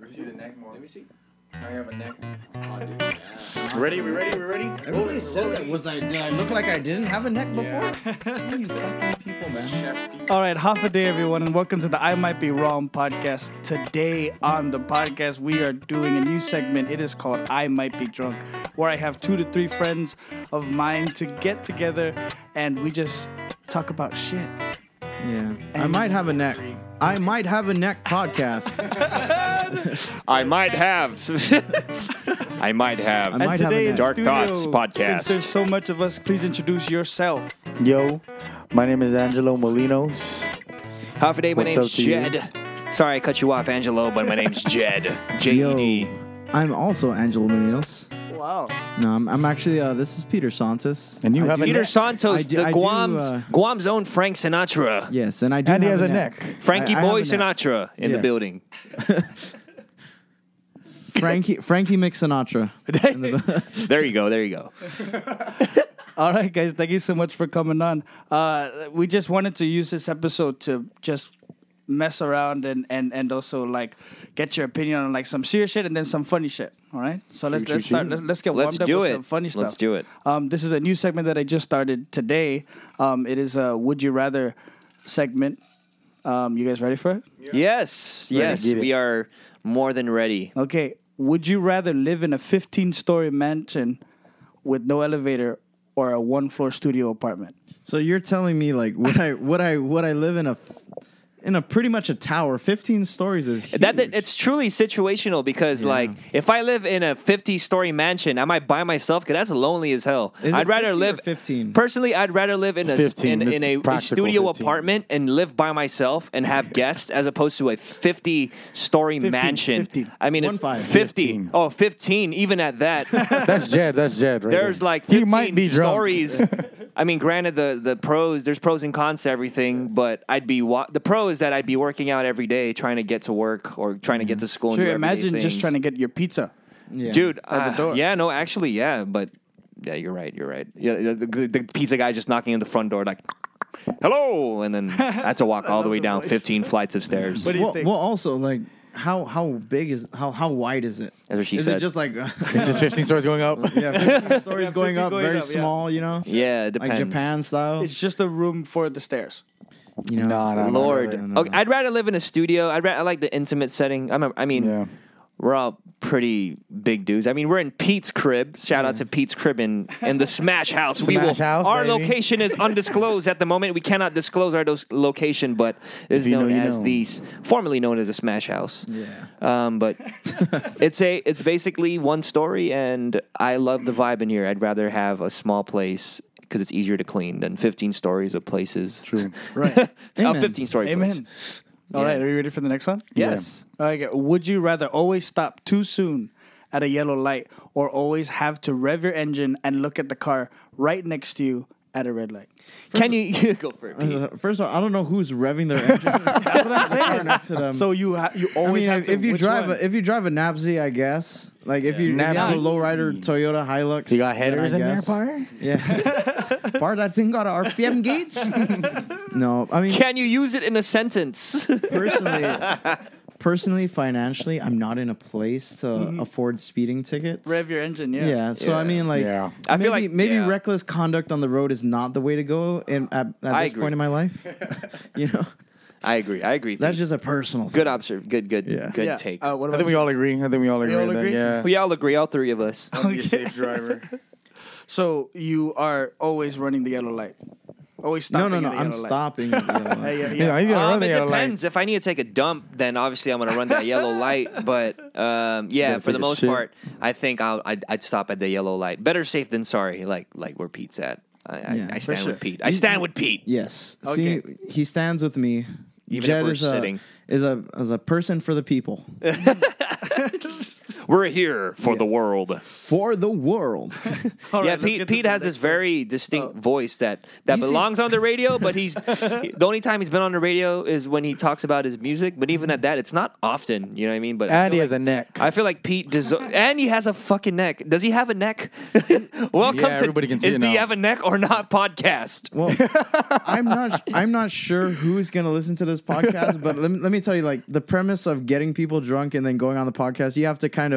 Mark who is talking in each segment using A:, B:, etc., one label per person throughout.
A: me see the neck more.
B: Let me see.
A: I have a neck.
B: Oh, dude, yeah.
C: Ready? We ready? We ready?
D: Everybody says that. Was I? Did I look like I didn't have a neck before? you fucking people, man.
A: Chef
E: All right, half a day, everyone, and welcome to the I Might Be Wrong podcast. Today on the podcast, we are doing a new segment. It is called I Might Be Drunk, where I have two to three friends of mine to get together and we just talk about shit.
D: Yeah. I might have a neck. I might have a neck podcast.
F: I might have. I might have.
D: I might have a
E: today
D: neck.
E: in
F: Dark
E: studio,
F: Thoughts podcast.
E: Since there's so much of us, please introduce yourself.
C: Yo, my name is Angelo Molinos.
F: Half a day. My
C: What's
F: name's
C: up to you?
F: Jed. Sorry, I cut you off, Angelo, but my name's Jed. J E D.
D: Yo, I'm also Angelo Munoz.
E: Wow.
D: No, I'm, I'm actually. Uh, this is Peter Santos.
C: And you
D: I
C: have
D: do-
C: a
F: Peter
C: neck.
D: I
F: Santos,
D: do-
F: the
D: I do,
F: Guam's
D: uh,
F: Guam's own Frank Sinatra,
D: Yes, and I do.
C: And he
D: have
C: has
D: a
C: a neck.
F: Frankie
D: I- I
F: Boy
D: have a neck.
F: Sinatra in
D: Yes.
F: the building.
D: Frankie Frankie McSinatra.
F: there you go. There you go.
E: All right, guys, thank you so much for coming on. Uh, we just wanted to use this episode to just mess around and, and, and also like get your opinion on like some serious shit and then some funny shit. All right, so let's let's start. Let's, let's get
F: Let's
E: warmed up
F: do
E: with
F: it.
E: some funny stuff.
F: Let's do it.
E: Um, this is a new segment that I just started today. Um, it is a Would You Rather segment. Um, you guys ready for it?
F: Yes, yes,
C: get it.
F: we are more than ready.
E: Okay. Would you rather live in a 15 story mansion with no elevator or a one floor studio apartment?
D: So you're telling me like would I would I would I live in a f- in a pretty much a tower? Fifteen stories is huge.
F: That, that- it's truly situational because like if I live in a 50 story mansion, am I by myself? Cause that's lonely as hell.
D: Is it
F: I'd rather
D: 50 or
F: live
D: 15?
F: Personally, I'd rather live in a
C: 15,
F: in, in
C: it's
F: a- a,
C: practical
F: studio
C: 15.
F: apartment and live by myself and have guests as opposed to a 50 story
E: 15,
F: mansion.
E: 15.
F: I mean, it's
D: One five.
F: 50.
C: 15.
F: Oh, 15 even at that.
C: That's Jed. That's Jed. Right
F: There's
C: there.
F: like
C: he
F: 15
C: might be drunk.
F: stories. I mean, granted, the the pros there's pros and cons to everything, but I'd be wa- the pro is that I'd be working out every day, trying to get to work or trying to get to school. and
E: Sure,
F: do everyday
E: imagine just
F: things.
E: trying to get your pizza.
D: Yeah.
F: dude.
E: the
F: uh,
E: door.
F: Yeah, no, actually, yeah, but yeah, you're right, you're right. Yeah, the, the, the pizza guy's just knocking on the front door like. Hello, and then I had to walk all the way down 15 flights of stairs.
E: What do you
D: Well,
E: think?
D: well, also like how how big is how how wide is it?
F: That's what she
D: is
F: said.
D: it just like
C: It's just 15 stories going up.
D: yeah, 15 stories
E: Yeah,
D: going
E: 15
D: up,
E: going
D: very
E: up, yeah.
D: small, you know,
F: yeah, it
D: like
F: depends.
D: Japan style.
E: It's just a room for the stairs.
D: you know,
C: Nah, nah, nah,
F: Lord,
C: nah, nah,
F: okay, I'd rather live in a studio. I'd ra- I like the intimate setting. I'm a, I mean,
C: Yeah.
F: we're all pretty big dudes. I mean, we're in Pete's crib. Shout out to Pete's crib in, in the Smash House. we will.
C: Smash House,
F: our
C: baby.
F: location is undisclosed at the moment. We cannot disclose our dos- location, but it is
C: you
F: known
C: know, you
F: as
C: know.
F: the s- formerly known as the Smash House.
D: Yeah.
F: Um, but it's a it's basically one story, and I love the vibe in here. I'd rather have a small place. Because it's easier to clean than 15 stories of places. True.
D: right?
F: A
D: Amen.
F: 15 story place.
E: Amen. All right, are you ready for the next one?
F: Yes.
E: All right, would you rather always stop too soon at a yellow light or always have to rev your engine and look at the car right next to you at a red light?
F: Can you, you go for it? Pete.
D: Uh, First of all, I don't know who's revving their engine
E: That's what I'm saying.
D: next to them.
E: Um, so you ha- you
D: I
E: always
D: mean,
E: have
D: if,
E: to,
D: if you
E: which
D: drive
E: one?
D: a, if you drive a Nabsy, I guess. Like if you, if you have a
C: Nabzz.
D: lowrider Toyota Hilux,
C: You got
D: then
C: headers
D: I
C: in there,
D: guess.
C: par?
D: Yeah, part that thing got a RPM gauge. no, I mean
F: Can you use it in a sentence?
D: personally, personally, financially, I'm not in a place to
E: Mm-hmm.
D: afford speeding tickets.
E: rev your engine, yeah.
D: yeah, so I
F: Yeah.
D: mean, like,
C: Yeah.
F: I
D: maybe,
F: feel like-
D: maybe
F: yeah.
D: reckless conduct on the road is not the way to go. In, at, at
F: I
D: this
F: agree.
D: point in my life, you know,
F: I agree. I agree.
D: that's just a personal.
F: good observ. Good, good,
D: Yeah.
F: good
E: Yeah,
F: take.
E: Uh, what
C: I
E: about
C: think we all agree. I think we all agree.
E: all
C: then,
E: agree?
C: Yeah.
F: we all agree, all three of us.
C: I'll Be a safe driver.
E: So you are always running the yellow light. Always
D: thing. No,
E: stopping.
D: no, no.
E: at a
D: I'm
E: yellow light.
D: stopping. at the yellow
E: Yeah,
D: light.
E: yeah, yeah.
C: You know, you gotta
F: Um,
C: run the
F: it
C: yellow light.
F: depends. If I need to take a dump, then obviously I'm gonna run that yellow light. But um, yeah,
C: Gotta
F: for
C: take
F: the
C: a
F: most
C: shit.
F: part, I think I'll, I'd, I'd stop at the yellow light. Better safe than sorry. Like like where Pete's at. I, I,
D: Yeah,
F: I
D: for
F: stand
E: sure.
F: with Pete. I stand with Pete.
D: Yes.
E: Okay.
D: See, he stands with me.
F: Even if
D: Jed
F: we're
D: is a,
F: sitting.
D: is a is a person for the people.
F: We're here for the world.
D: for the world.
E: All
F: yeah,
E: right, let's get
F: Pete.
E: to
F: Pete
E: the
F: has this
E: next one. Oh.
F: very distinct voice that that
D: You see-
F: belongs on the radio, but he's the only time he's been on the radio is when he talks about his music. But even at that, it's not often. You know what I mean? But I
C: And
F: feel
C: he
F: like-
C: has a neck.
F: I feel like Pete deserves, and he has a fucking neck. Does he have a neck? Welcome
C: Yeah,
F: to
C: everybody can see
F: is
C: it
F: do you
C: now.
F: have a neck or not podcast.
D: Well, I'm not I'm not sure who's gonna listen to this podcast, but let me, let me tell you, like the premise of getting people drunk and then going on the podcast, you have to kind of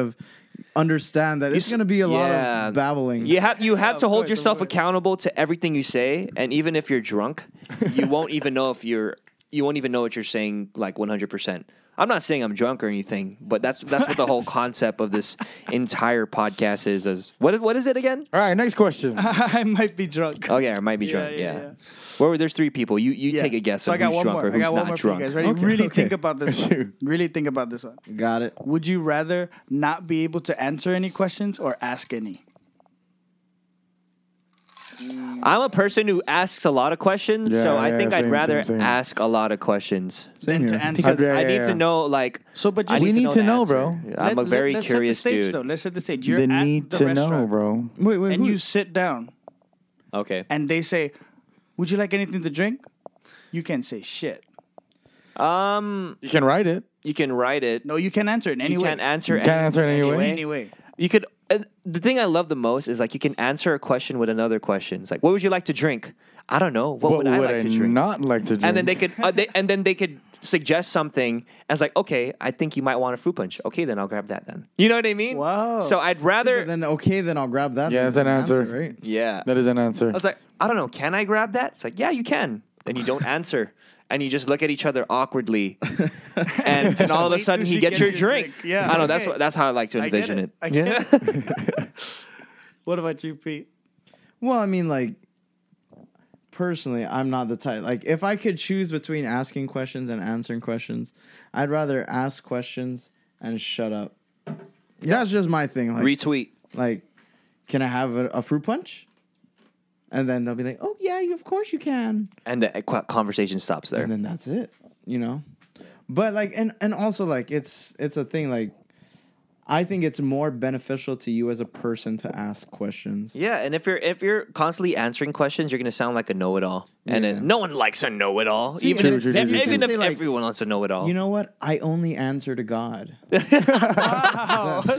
D: understand that it's
F: s-
D: gonna be a lot
F: yeah.
D: of babbling.
F: You have you have
E: of
F: to hold
E: course, of
F: yourself
E: course.
F: accountable to everything you say, and even if you're drunk, you won't even know if you're you won't even know what you're saying like 100. percent I'm not saying I'm drunk or anything, but that's that's what the whole concept of this entire podcast is. Is what what is it again?
C: All right, next question.
E: I might be drunk.
F: Oh yeah, I might be
E: Yeah,
F: drunk. Yeah.
E: yeah, yeah.
F: Well, there's three people. You you
E: Yeah.
F: take a guess
E: So I
F: of
E: got
F: who's
E: one
F: drunk
E: more.
F: or
E: I
F: who's
E: got one
F: not
E: more
F: drunk.
E: For you guys. Ready?
D: Okay,
E: really
D: okay.
E: think about this one. really think about this one.
D: Got it.
E: Would you rather not be able to answer any questions or ask any?
F: I'm a person who asks a lot of questions,
C: Yeah,
F: so I
C: yeah,
F: think I'd
C: same,
F: rather
C: same, same.
F: ask a lot of questions
D: Same
E: Then to
D: here.
E: answer-
F: because
C: I'd- yeah,
F: I
C: yeah,
F: need
C: yeah.
F: to know like.
E: So, but
F: I
E: just-
C: We need to
F: the
C: know,
F: answer.
C: bro.
F: I'm
E: Let-
F: a very
E: let's set the
F: curious
E: stage,
F: dude.
E: Though. Let's set the stage. You're
C: the
E: at
C: need
E: the
C: to know,
E: restaurant,
C: bro.
D: Wait, wait,
E: And
D: who-
E: you sit down,
F: Okay.
E: and they say, "Would you like anything to drink?" You can't say shit.
F: Um,
C: You can write it.
F: you can write it.
E: No, you can't answer it
F: you
E: anyway.
F: can't answer.
C: You can't answer it anyway.
E: anyway.
F: You could. Uh, the thing I love the most is like you can answer a question with another question. It's like, what would you like to drink? I don't know. What
C: What
F: would I like to drink?
C: not like to drink?
F: and then they could, uh, they, and then they could suggest something. And it's like, okay, I think you might want a fruit punch. Okay, then I'll grab that. Then you know what I mean?
E: Wow.
F: So I'd rather.
D: then okay, then I'll grab that.
C: Yeah,
D: then
C: that's an answer.
D: right?
F: yeah.
C: That is an answer.
F: I was like, I don't know. Can I grab that? It's like, yeah, you can. And you don't answer. And you just look at each other awkwardly, and, and all of a
E: Wait
F: sudden
E: till
F: he
E: she
F: gets your
E: gets his
F: drink.
E: drink. Yeah,
F: I know that's
E: okay.
F: what that's how I like to
E: I get
F: envision it.
E: it. I
F: Yeah,
E: get What about you, Pete?
D: Well, I mean, like personally, I'm not the type. Like, if I could choose between asking questions and answering questions, I'd rather ask questions and shut up. That's just my thing. Like,
F: retweet.
D: like, can I have a, a fruit punch? And then they'll be like, "Oh yeah, you, of course you can."
F: And the qu- conversation stops there.
D: and then that's it you know but like and and also like it's it's a thing like i think it's more beneficial to you as a person to ask questions
F: yeah, and if you're if you're constantly answering questions, you're gonna sound like a know-it-all, and
D: Yeah.
F: then no one likes a know-it-all. even
D: True,
F: if,
D: true, true, true,
F: even
D: true.
F: if
D: Say, like,
F: everyone wants a know-it-all,
D: you know what i only answer to god I,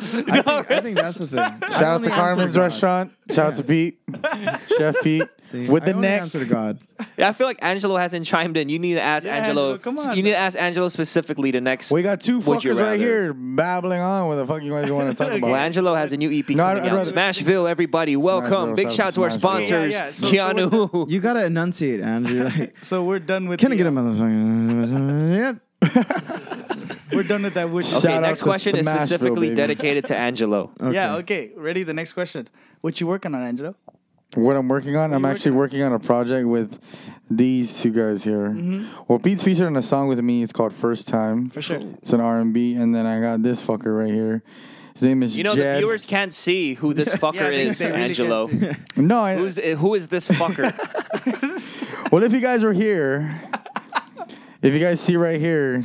D: think, I think that's the thing
C: Shout out to Carmen's restaurant. Shout out to Pete, Chef Pete, with the
D: I only
C: neck.
D: answer to god
F: Yeah, I feel like Angelo hasn't chimed in. You need to ask
E: Yeah,
F: Angelo.
E: Angelo, come on,
F: you need to
E: man.
F: ask Angelo specifically the next.
C: We got two
F: Would you
C: fuckers right
F: rather?
C: here babbling on. What the fuck you guys want to talk about?
F: Well, Angelo has a new EP
C: No, I'd-
F: coming
C: I'd
F: out.
C: rather-
F: Smashville, everybody, welcome!
C: Smashville,
F: Big
C: shout
F: shout out to our
C: Smashville.
F: sponsors,
E: Yeah, yeah, so- so
F: Keanu.
D: you gotta enunciate andrew like
E: So we're done with.
D: can i
E: the-
D: get a motherfucker yep
E: We're done with that. Would you?
F: okay,
C: Shout out
F: next
C: to
F: question is
C: Smashville,
F: specifically
C: baby.
F: dedicated to Angelo.
E: Yeah. Okay. Ready? The next question. What you working on, Angelo?
C: What I'm working on, I'm
E: you
C: actually working on a project with these two guys here. Well, Pete's featured on a song with me. It's called First Time. For
E: sure.
C: It's an R&B, and then I got this fucker right here. His name is
F: You know,
C: Jed.
F: the viewers can't see who this fucker
E: they-
F: is,
E: they really
F: Angelo.
E: can't
C: No, I,
F: Who's who is this fucker?
C: well, if you guys were here, if you guys see right here,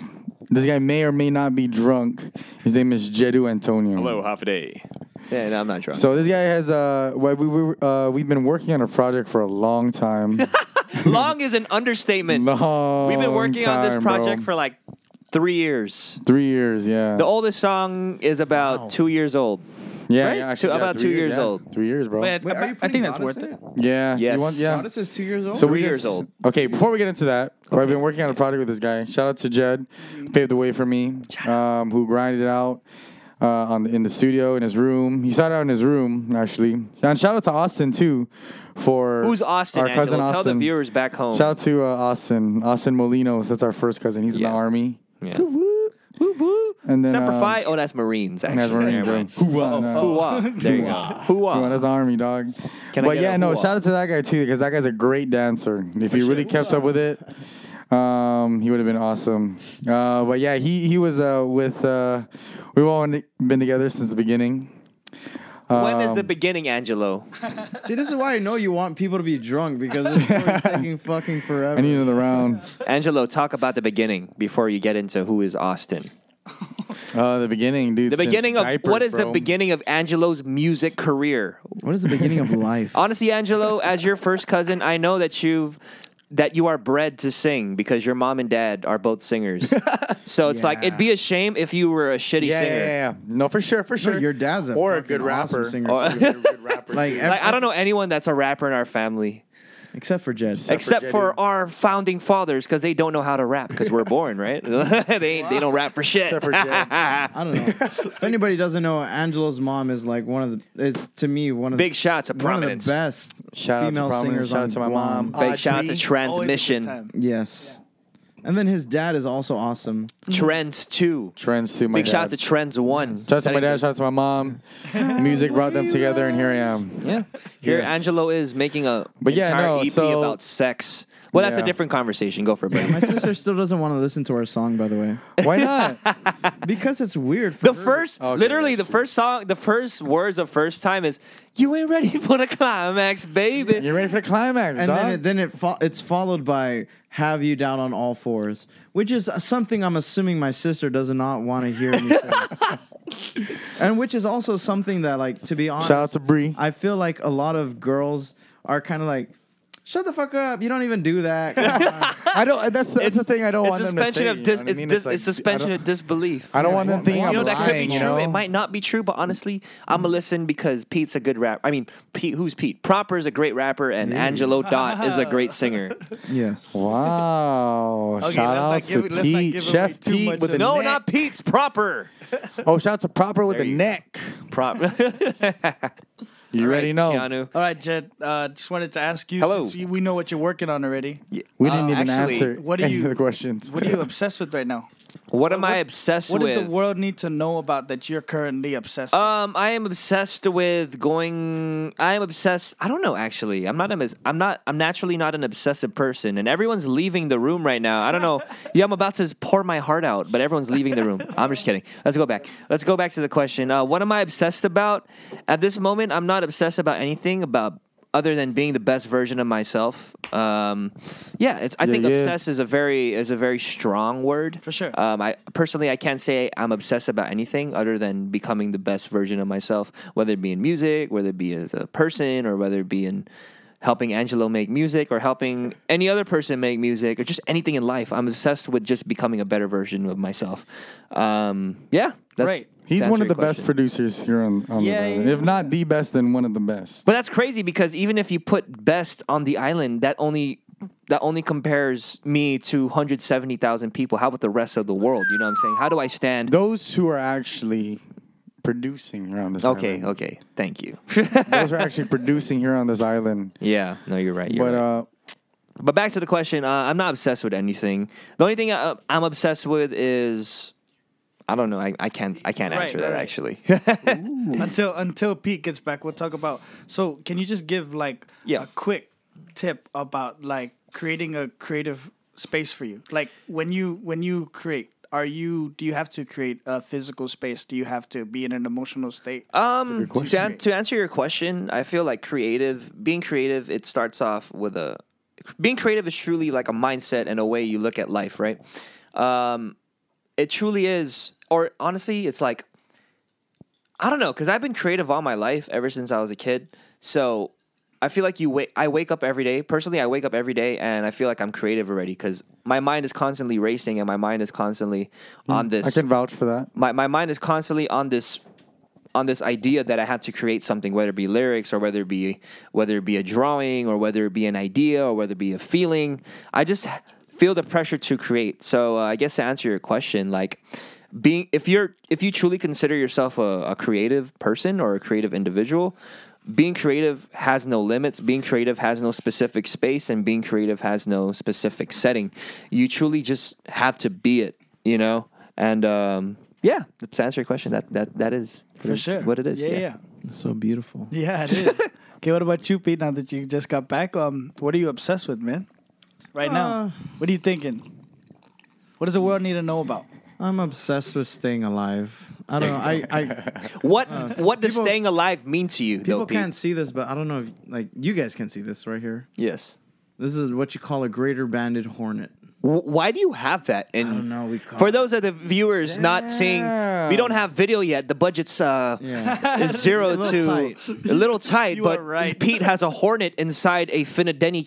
C: this guy may or may not be drunk. His name is Jedu Antonio.
F: half a day. Yeah, no, I'm not drunk.
C: So this guy has uh, well, we we uh, we've been working on a project for a long time.
F: Long is an understatement.
C: long.
F: We've been working on this
C: time, bro.
F: project for like three years.
C: three years. Yeah.
F: The oldest song is about two years old.
C: yeah,
F: right?
C: yeah,
F: Two- about
C: three
F: two years
C: yeah.
F: old.
C: Three years, bro.
E: Wait, I- I think that's worth it.
C: yeah.
F: Yes.
C: You want, yeah.
D: Goddess eh? is two years old.
C: So
F: Three
C: we
F: years
C: just-
F: old.
C: Okay, before we get into that, where I've been working on a project with this guy. Shout out to Jed,
F: Mm-hmm.
C: paved the way for me, um, who grinded it out uh, on the, in the studio in his room. He started out in his room actually, and shout out to Austin too for
F: Who's Austin?
C: Our cousin
F: Angelo?
C: Austin.
F: Tell the viewers back home.
C: Shout out to uh, Austin, Austin Molinos. That's our first cousin. He's
F: Yeah.
C: in the army.
F: Yeah. Woo woo.
C: And then
F: Semper
C: uh,
F: Fi. Oh, that's Marines. Actually.
C: That's Marines,
F: Never
C: right? Uh,
F: mind.
C: Hoo-ah, no.
F: Hoo-ah. There you go. uh,
C: Come on,
F: Hoo-ah.
C: that's the army dog.
F: Can I
C: but
F: get
C: yeah,
F: a
C: no,
F: hoo-ah?
C: shout out to that guy too because that guy's a great dancer. If he really kept up with it, um, he would have been awesome. Uh, but yeah, he he was uh, with uh, we've all been together since the beginning.
F: when is the
C: Um,
F: beginning, Angelo?
D: See, this is why I know you want people to be drunk because this story's taking fucking forever.
C: I need another round.
F: Angelo, talk about the beginning before you get into who is Austin.
C: Uh, the beginning, dude.
F: The
C: since
F: beginning of
C: diapers,
F: what is the
C: bro.
F: beginning of Angelo's music career?
D: What is the beginning of life?
F: Honestly, Angelo, as your first cousin, I know that you've that you are bred to sing because your mom and dad are both singers. so it's like
D: Yeah.
F: it'd be a shame if you were a shitty
C: Yeah, yeah,
F: singer.
C: yeah, yeah. No, for sure, for sure.
D: your dad's a
C: or a
D: fucking
C: good
D: awesome
C: rapper.
D: singer,
C: Or
D: too.
C: a good, good rapper.
D: Like,
C: too.
D: ev-
F: Like I don't know anyone that's a rapper in our family.
D: except for Jed.
F: Except
C: Jedi.
F: for our founding fathers, because they don't know how to rap, because we're born, right? they they don't rap for shit.
C: Except for Jay.
D: I don't know. if anybody doesn't know, Angelo's mom is like one of the. It's to me one of
F: Big
D: the,
F: shots
D: one
F: of
D: of
F: prominence.
D: the best
C: Shout out to
D: female
C: Prominence,
D: singers.
C: shout out
D: on
C: to my
D: Guam.
C: mom.
F: Big shout out
C: Audrey.
F: to transmission.
D: Yes, and then his dad is also awesome.
F: Trends two.
C: Trends to my
F: Big
C: dad.
F: shout out to Trends one.
C: Shout out to my dad. Shout out to my mom. Music brought them together, and here I am.
F: Yeah. Here
C: Yes.
F: Angelo is making a
C: But yeah,
F: entire
C: no,
F: EP
C: so-
F: about sex. Well, that's
C: Yeah.
F: a different conversation. Go for it,
D: My
F: buddy.
D: sister still doesn't want to listen to our song, by the way,
C: Why not?
D: because it's weird. For
F: The
D: her.
F: first,
C: Okay,
F: literally,
C: yes.
F: the first song, the first words of first time is "You ain't ready for the climax, baby."
C: You're ready for the climax,
D: and
C: dog?
D: then it, then it fo- it's followed by "Have You Down on All Fours," which is something I'm assuming my sister does not want to hear me say. and which is also something that, like, to be honest,
C: shout out to Bree.
D: I feel like a lot of girls are kind of like, "Shut the fuck up! You don't even do that." Come on."
C: I don't. That's, that's
F: It's-
C: the thing. I don't
F: it's
C: want them to
F: suspension
C: say.
F: of
C: you know
F: dis-
C: what I
F: it's,
C: mean?
F: dis-
C: like,
F: it's suspension
C: I
F: of disbelief.
C: don't, I don't want them thinking
F: you
C: I'm
F: know that could be
C: lying.
F: true.
C: You know,
F: It might not be true, but honestly, I'm gonna listen because Pete's a good rapper. I mean, Pete, who's Pete? Proper is a great rapper, and Angelo Dot is a great singer.
D: yes.
C: Wow!
E: let's
C: shout
E: not
C: out
E: give it-
C: to
E: let's not
C: Pete,
E: give away
C: Chef
E: too much
C: Pete with
E: of
C: the
F: no,
C: neck.
F: not Pete's proper.
C: oh, shout out to Proper with
F: There
C: the
F: you go.
C: neck.
F: Proper.
C: You already know.
F: Keanu.
E: All right, Jed. Uh, just wanted to ask you.
F: Hello.
E: since you- we know what you're working on already.
C: We didn't
F: Uh,
C: even
F: actually,
C: answer
E: what do
C: any
E: you-
C: of the questions.
E: What are you obsessed with right now?
F: What am I
E: what-
F: obsessed
E: What
F: with?
E: does the world need to know about that you're currently obsessed with?
F: Um, I am obsessed with going. I am obsessed. I don't know. Actually, I'm not. A, I'm not. I'm naturally not an obsessive person, and everyone's leaving the room right now. I don't know. yeah, I'm about to pour my heart out, but everyone's leaving the room. I'm just kidding. Let's go back. Let's go back to the question. Uh, what am I obsessed about? At this moment, I'm not obsessed about anything about other than being the best version of myself. Um, yeah, it's. I think
C: yeah.
F: obsessed is a very is a very strong word
E: For sure.
F: um, I personally, I can't say I'm obsessed about anything other than becoming the best version of myself, whether it be in music, whether it be as a person, or whether it be in helping Angelo make music or helping any other person make music or just anything in life. I'm obsessed with just becoming a better version of myself. Um, yeah, that's,
E: Great.
C: He's
F: to
C: one of
F: answer
C: the
F: your
C: best
F: question.
C: producers here on, on this
E: Yeah,
C: island.
E: yeah,
C: If not the best, then one of the best.
F: But that's crazy because even if you put best on the island, that only that only compares me to 170,000 people. How about the rest of the world? You know what I'm saying? How do I stand?
C: Those who are actually producing here on this
F: Okay,
C: island.
F: okay. Thank you.
C: Those are actually producing here on this island.
F: Yeah, no, you're right. You're
C: But
F: right.
C: uh,
F: but back to the question, uh, I'm not obsessed with anything. The only thing I, I'm obsessed with is, I don't know. I, I can't I can't
E: Right,
F: answer that
E: right.
F: actually.
E: until until Pete gets back, we'll talk about. So, can you just give like
F: Yeah.
E: a quick tip about like creating a creative space for you? Like when you when you create, are you do you have to create a physical space? Do you have to be in an emotional state?
F: um, to, an- to answer your question, I feel like creative, being creative, it starts off with a, being creative is truly like a mindset and a way you look at life, right? Um, it truly is, or honestly, it's like I don't know, because I've been creative all my life ever since I was a kid. So I feel like you wake. I wake up every day. Personally, I wake up every day and I feel like I'm creative already because my mind is constantly racing and my mind is constantly on this
C: Hmm, I can vouch for that.
F: my, my mind is constantly on this on this idea that I had to create something, whether it be lyrics or whether it be whether it be a drawing or whether it be an idea or whether it be a feeling. I just feel the pressure to create. So uh, I guess to answer your question, like being if you're if you truly consider yourself a, a creative person or a creative individual, being creative has no limits. Being creative has no specific space, and being creative has no specific setting. You truly just have to be it. You know. And um, yeah, to answer your question, that that that is
E: for sure,
F: what it is.
E: Yeah, yeah,
D: It's so beautiful.
E: yeah. it is. okay, what about you, Pete? Now that you just got back, um, what are you obsessed with, man? Right
D: Uh,
E: now, what are you thinking? What does the world need to know about?
D: I'm obsessed with staying alive. I don't know. I, I
F: What what does
D: Uh, people-
F: staying alive mean to you?
D: people
F: though, Pete?
D: can't see this, but I don't know if like you guys can see this right here.
F: Yes.
D: This is what you call a greater banded hornet.
F: W- why do you have that? And
D: don't know, we call
F: for
D: it-
F: those of the viewers not seeing, we don't have video yet. The budget's uh,
D: Yeah.
F: is zero
D: A little
F: to
D: tight.
F: a little tight.
E: You
F: but
E: are right.
F: Pete has a hornet inside a Finadeni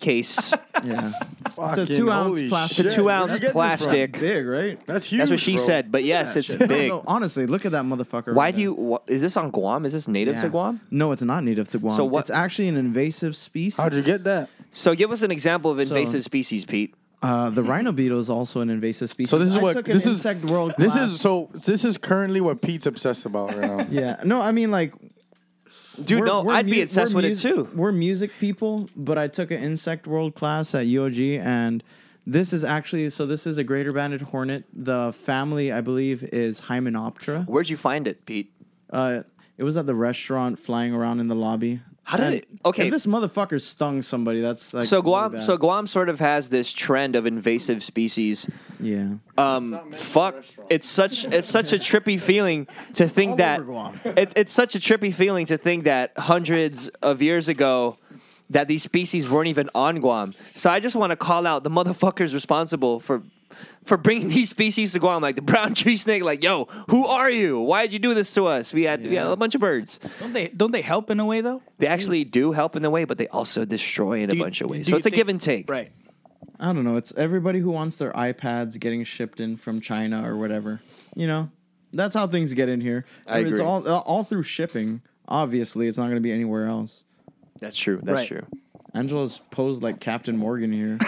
F: case.
D: Yeah.
C: Fucking
D: two ounce
C: holy
D: plastic-
C: shit.
D: It's a
F: two
C: Where'd you
F: ounce
C: get this from?
F: plastic.
D: Big, right?
C: That's huge.
F: That's what she
C: bro.
F: said. But yes, it's
D: No,
F: big.
D: no, honestly, look at that motherfucker.
F: Why
D: right
F: do you? wha- Is this on Guam? Is this native
D: there.
F: to
D: Yeah.
F: Guam?
D: No, it's not native to Guam.
F: So what-
D: It's actually an invasive species.
C: How'd you get that?
F: So give us an example of invasive species, Pete.
D: Uh, the rhino beetle is also an invasive species.
C: So this is
D: I
C: what
D: took an
C: this is.
D: insect world.
C: this
D: class.
C: is so. This is currently what Pete's obsessed about right now.
D: Yeah. No, I mean like.
F: Dude, no, I'd be
D: mu-
F: obsessed
D: we're
F: with it
D: mus-
F: too.
D: We're music people, but I took an insect world class at UOG, and this is actually so. This is a greater banded hornet. The family, I believe, is Hymenoptera.
F: Where'd you find it, Pete?
D: Uh, it was at the restaurant, flying around in the lobby.
F: How did
D: And
F: it- okay.
D: If this motherfucker stung somebody, that's like
F: So
D: really
F: Guam,
D: bad.
F: so Guam sort of has this trend of invasive species.
D: yeah.
F: Um, fuck, it's such it's such a trippy feeling to think that it, it's such a trippy feeling to think that hundreds of years ago that these species weren't even on Guam. So I just want to call out the motherfuckers responsible for for bringing these species to Guam, like the brown tree snake. Like, yo, who are you? Why would you do this to us? We had we had a bunch of birds.
E: Don't they don't they help in a way though?
F: They actually do help in a way, but they also destroy in a
E: Do you-
F: bunch of ways.
E: do
F: So
E: you
F: it's a
E: think-
F: give and take.
E: Right.
D: I don't know. It's everybody who wants their iPads getting shipped in from China or whatever. You know, that's how things get in here.
F: I
D: it's
F: agree.
D: all uh, all through shipping. Obviously, it's not going to be anywhere else.
F: That's true. That's
E: Right.
F: true.
D: Angela's posed like Captain Morgan here.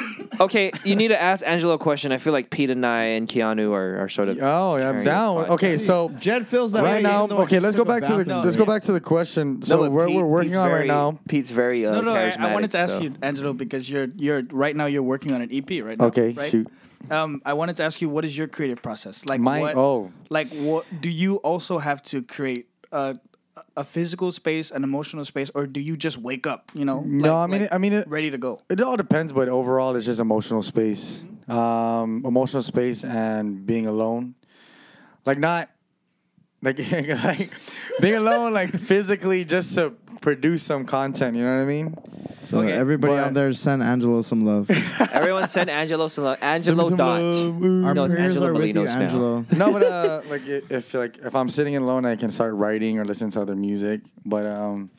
F: Okay, you need to ask Angelo a question. I feel like Pete and I and Keanu are, are sort of.
C: Oh, yeah, I'm
F: Curious
C: down.
F: podcast.
C: Okay, so
D: Jed feels that way,
C: right now,
D: even though I
C: okay,
D: just
C: let's go
D: took a
C: back to the
D: bath in
C: let's go
D: there.
C: back to the question. So
F: but
C: what
F: Pete-
C: we're working
F: Pete's
C: on right
F: very-
C: now.
F: Pete's very uh,
E: No, no. I,
F: charismatic.
E: I wanted to ask
F: so-
E: you, Angelo, because you're you're right now you're working on an EP right now.
C: Okay,
E: right?
C: shoot.
E: Um, I wanted to ask you, what is your creative process like?
C: My-
E: what,
C: oh.
E: like what do you also have to create a a physical space, an emotional space, or do you just wake up? You know,
C: No,
E: like-
C: I mean,
E: like
C: I mean, it,
E: ready to go.
C: It all depends, but overall, it's just emotional space, um, emotional space, and being alone. Like not, like, like being alone, like physically, just to produce some content. You know what I mean?
D: So
E: Okay.
D: everybody
C: But-
D: out there, send Angelo some love.
F: Everyone send Angelo some love. Angelo
C: some
F: dot.
C: love.
D: Our
F: No, it's
D: prayers
F: Angelo
D: are with you,
F: Molinos now.
D: Angelo.
C: No, but uh, like i- if like if I'm sitting alone, I can start writing or listen to other music. But um,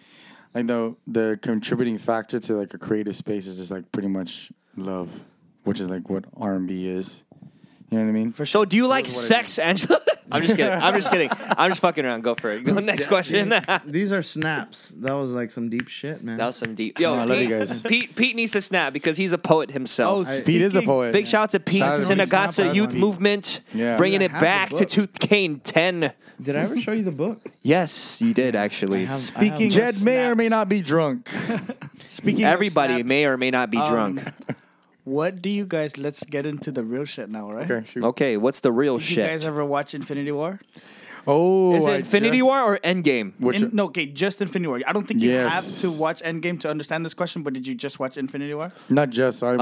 C: like the the contributing factor to like a creative space is just like pretty much love, which is like what R and B is. You know what I mean?
F: For so, do you like sex, Angelo? I'm just kidding. I'm just kidding. I'm just fucking around. Go for it. Go next question. that
D: These are snaps. That was like some deep shit, man.
F: was some deep. Yo,
C: Oh, I love you guys.
F: Pete, Pete. Pete needs to snap because he's a poet himself.
C: Pete is a
E: Oh, Speaking-
C: poet.
F: Big shout out to Pete,
C: Shout out to Pete.
F: Senegatsa
C: Shout out
F: Youth
C: to Pete.
F: Movement,
C: Yeah.
F: bringing
D: Dude, I
F: it
D: have
F: back
D: the
F: to
D: book.
F: 2010.
D: Did I ever show you the book?
F: Yes, you did
D: I
F: actually.
D: have- I have-
E: Speaking of
C: Jed may or
E: snaps-
C: may not be drunk.
E: Speaking of
F: Everybody
E: snaps,
F: may or may not be
E: um,
F: drunk.
E: What do you guys? Let's get into the real shit now, right?
C: Okay, shoot.
F: Okay, what's the real
E: Did you
F: shit?
E: guys ever watch Infinity War?
C: Oh,
F: Is
C: I
F: it Infinity
C: just-
F: War or Endgame?
C: Which
E: In- no, okay, just Infinity War. I don't think
C: Yes.
E: you have to watch Endgame to understand this question, but did you just watch Infinity War?
C: not just I watched.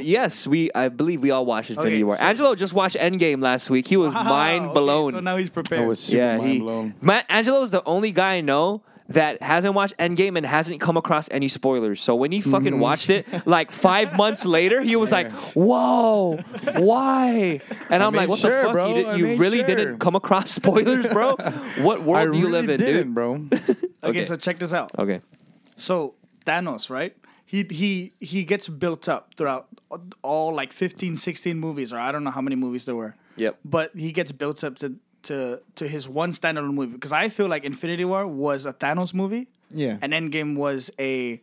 F: Uh, yes, we. I believe we all watched Infinity
E: Okay,
F: War.
E: so-
F: Angelo just watched Endgame last week. He was mind
E: okay,
F: blown.
E: so now he's prepared.
C: I was super
F: yeah,
C: mind
F: he.
C: blown.
F: Ma- Angelo is the only guy I know that hasn't watched Endgame and hasn't come across any spoilers. So when he fucking watched it, like five months later, he was like, "Whoa, why?" And I'm
C: made
F: like, "What the
C: sure,
F: fuck?
C: bro.
F: You,
C: I
F: did, you
C: made
F: really
C: sure."
F: didn't come across spoilers, bro? what world
C: I
F: do
C: really
F: you live in,
C: didn't,
F: dude?"
C: bro.
E: okay,
F: okay.
E: so check this out.
F: Okay.
E: So Thanos, right? He he he gets built up throughout all like 15, 16 movies, or I don't know how many movies there were.
F: Yep.
E: But he gets built up to to to his one standalone movie because I feel like Infinity War was a Thanos movie,
D: Yeah.
E: and Endgame was a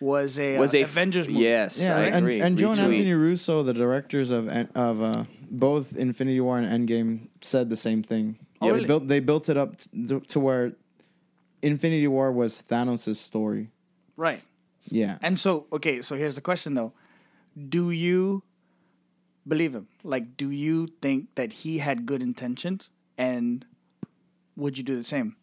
E: was a
F: Was
E: uh,
F: a f-
E: Avengers movie.
F: Yes,
D: Yeah,
F: I
D: and,
F: agree.
D: and Joe and
F: Retweet.
D: Anthony Russo, the directors of en- of uh, both Infinity War and Endgame, said the same thing.
E: Oh,
D: they
E: really?
D: built they built it up t- to where Infinity War was Thanos' story.
E: right.
D: Yeah,
E: And so, okay, so here's the question though. Do you believe him? Like, do you think that he had good intentions? And would you do the same?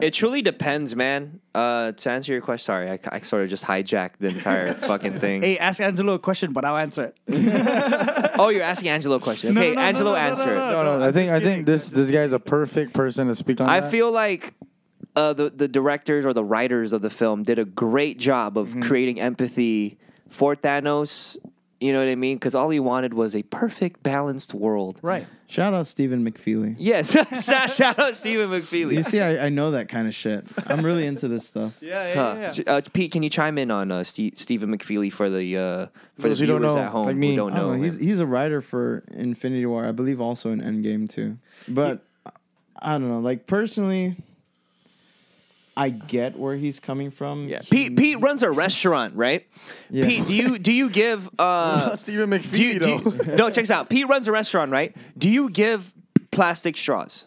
F: It truly depends, man. Uh, to answer your question, sorry, I, I sort of just hijacked the entire fucking thing.
E: Hey, ask Angelo a question, but I'll answer it.
F: Oh, you're asking Angelo a question. Okay,
E: no, no,
F: Angelo,
E: no, no,
F: answer it.
E: no,
C: No, no, I think I
E: kidding.
C: think this this guy's a perfect person to speak on.
F: I
C: that.
F: feel like uh, the the directors or the writers of the film did a great job of creating empathy for Thanos. You know what I mean? Because all he wanted was a perfect, balanced world.
E: Right.
D: Shout out Stephen McFeely.
F: Yes. Shout out Stephen McFeely.
D: You see, I, I know that kind of shit. I'm really into this stuff.
E: Yeah,
F: Huh. Uh, Pete, can you chime in on uh, Ste Stephen McFeely for the uh, for
C: Those
F: the
C: who don't
F: viewers
C: know,
F: at home
C: like me.
F: who don't
D: I
F: know?
D: don't know. He's
F: him?
D: he's a writer for Infinity War, I believe, also in Endgame too. But I don't know. Like personally, I get where he's coming from.
F: yeah.
D: He-
F: Pete Pete runs a restaurant, right?
D: Yeah.
F: Pete, do you do you give uh,
C: Stephen
F: do you,
C: McPhee,
F: do you-
C: though.
F: no? Check this out. Pete runs a restaurant, right? Do you give plastic straws?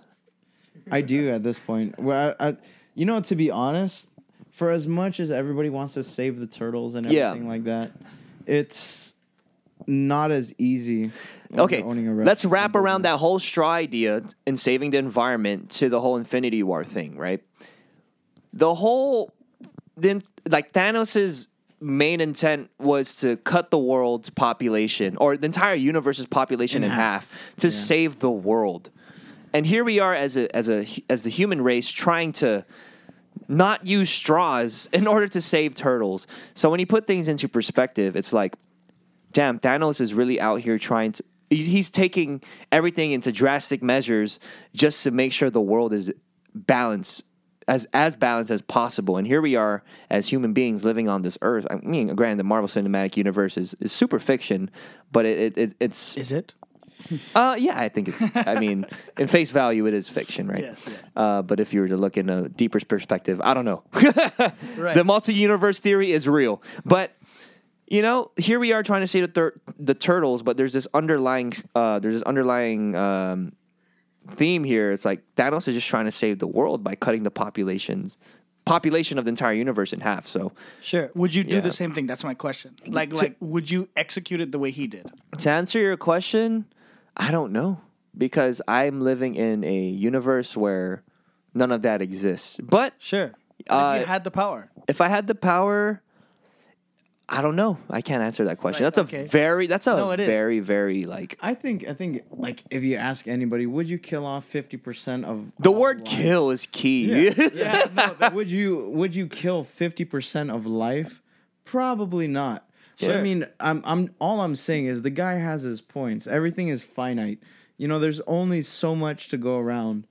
D: I do at this point. Well, I, I, you know, to be honest, for as much as everybody wants to save the turtles and
F: Yeah.
D: everything like that, it's not as easy. when
F: Okay,
D: you're owning a
F: let's
D: restaurant
F: wrap around
D: business.
F: that whole straw idea and saving the environment to the whole Infinity War thing, right? The whole then like Thanos's main intent was to cut the world's population or the entire universe's population in, half. to save the world. And here we are as a as a as the human race trying to not use straws in order to save turtles. So when you put things into perspective, it's like, damn, Thanos is really out here trying to. He's, he's taking everything into drastic measures just to make sure the world is balanced, as as balanced as possible. And here we are as human beings living on this earth. I mean, granted, the Marvel Cinematic Universe is, is super fiction, but it, it, it it's
E: Is it?
F: uh, yeah, I think it's. I mean, in face value, it is fiction, right?
E: Yes, yeah.
F: uh, but if you were to look in a deeper perspective, I don't know.
E: Right.
F: The multi-universe theory is real, but you know, here we are trying to see the thir- the turtles, but there's this underlying uh, there's this underlying um, theme here. It's like Thanos is just trying to save the world by cutting the populations population of the entire universe in half. So
E: Sure. Would you do
F: Yeah.
E: the same thing? That's my question. Like, like, would you execute it the way he did?
F: To answer your question, I don't know because I'm living in a universe where none of that exists. But
E: Sure. if
F: Uh,
E: you had the power,
F: if I had the power, I don't know. I can't answer that question.
E: Right,
F: that's
E: okay.
F: a very that's a
E: No, it is.
F: very very like
D: I think I think like if you ask anybody, would you kill off fifty percent of
F: the
D: all life?
F: word kill is key.
D: Yeah, no, that- would you would you kill fifty percent of life? Probably not. But I
F: Sure.
D: mean, I'm I'm all I'm saying is the guy has his points. Everything is finite. You know, there's only so much to go around.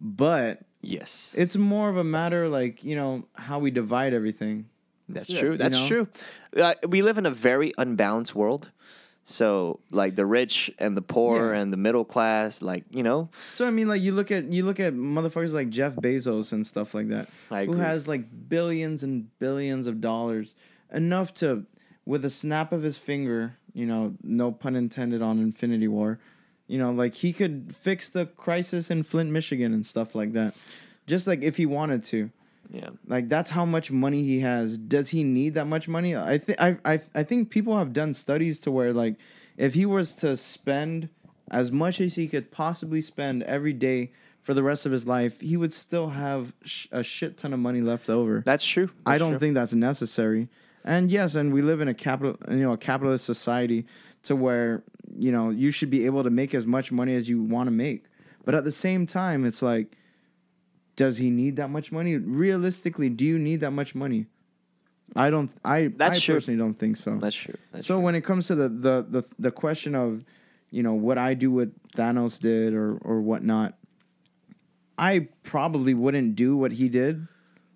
D: But
F: yes.
D: it's more of a matter like, you know, how we divide everything.
F: That's true.
D: you
F: That's
D: know?
F: true. Uh, we live in a very unbalanced world. So like the rich and the poor
D: Yeah.
F: and the middle class like, you know,
D: So I mean like you look at you look at motherfuckers like Jeff Bezos and stuff like that.
F: I
D: Who
F: agree.
D: has like billions and billions of dollars. Enough to with a snap of his finger, you know, no pun intended on Infinity War, you know, like he could fix the crisis in Flint, Michigan and stuff like that. Just like if he wanted to.
F: yeah.
D: Like that's how much money he has. Does he need that much money? I think I I I think people have done studies to where like if he was to spend as much as he could possibly spend every day for the rest of his life, he would still have sh- a shit ton of money left over.
F: That's true.
D: I
F: That's
D: don't
F: true.
D: think that's necessary. And yes, and we live in a capital, you know, a capitalist society to where you know you should be able to make as much money as you want to make. But at the same time, it's like, does he need that much money? Realistically, do you need that much money? I don't. I
F: That's
D: I
F: true.
D: personally don't think so.
F: That's true. That's
D: so when it comes to the, the the the question of, you know, what I do what Thanos did or or whatnot, I probably wouldn't do what he did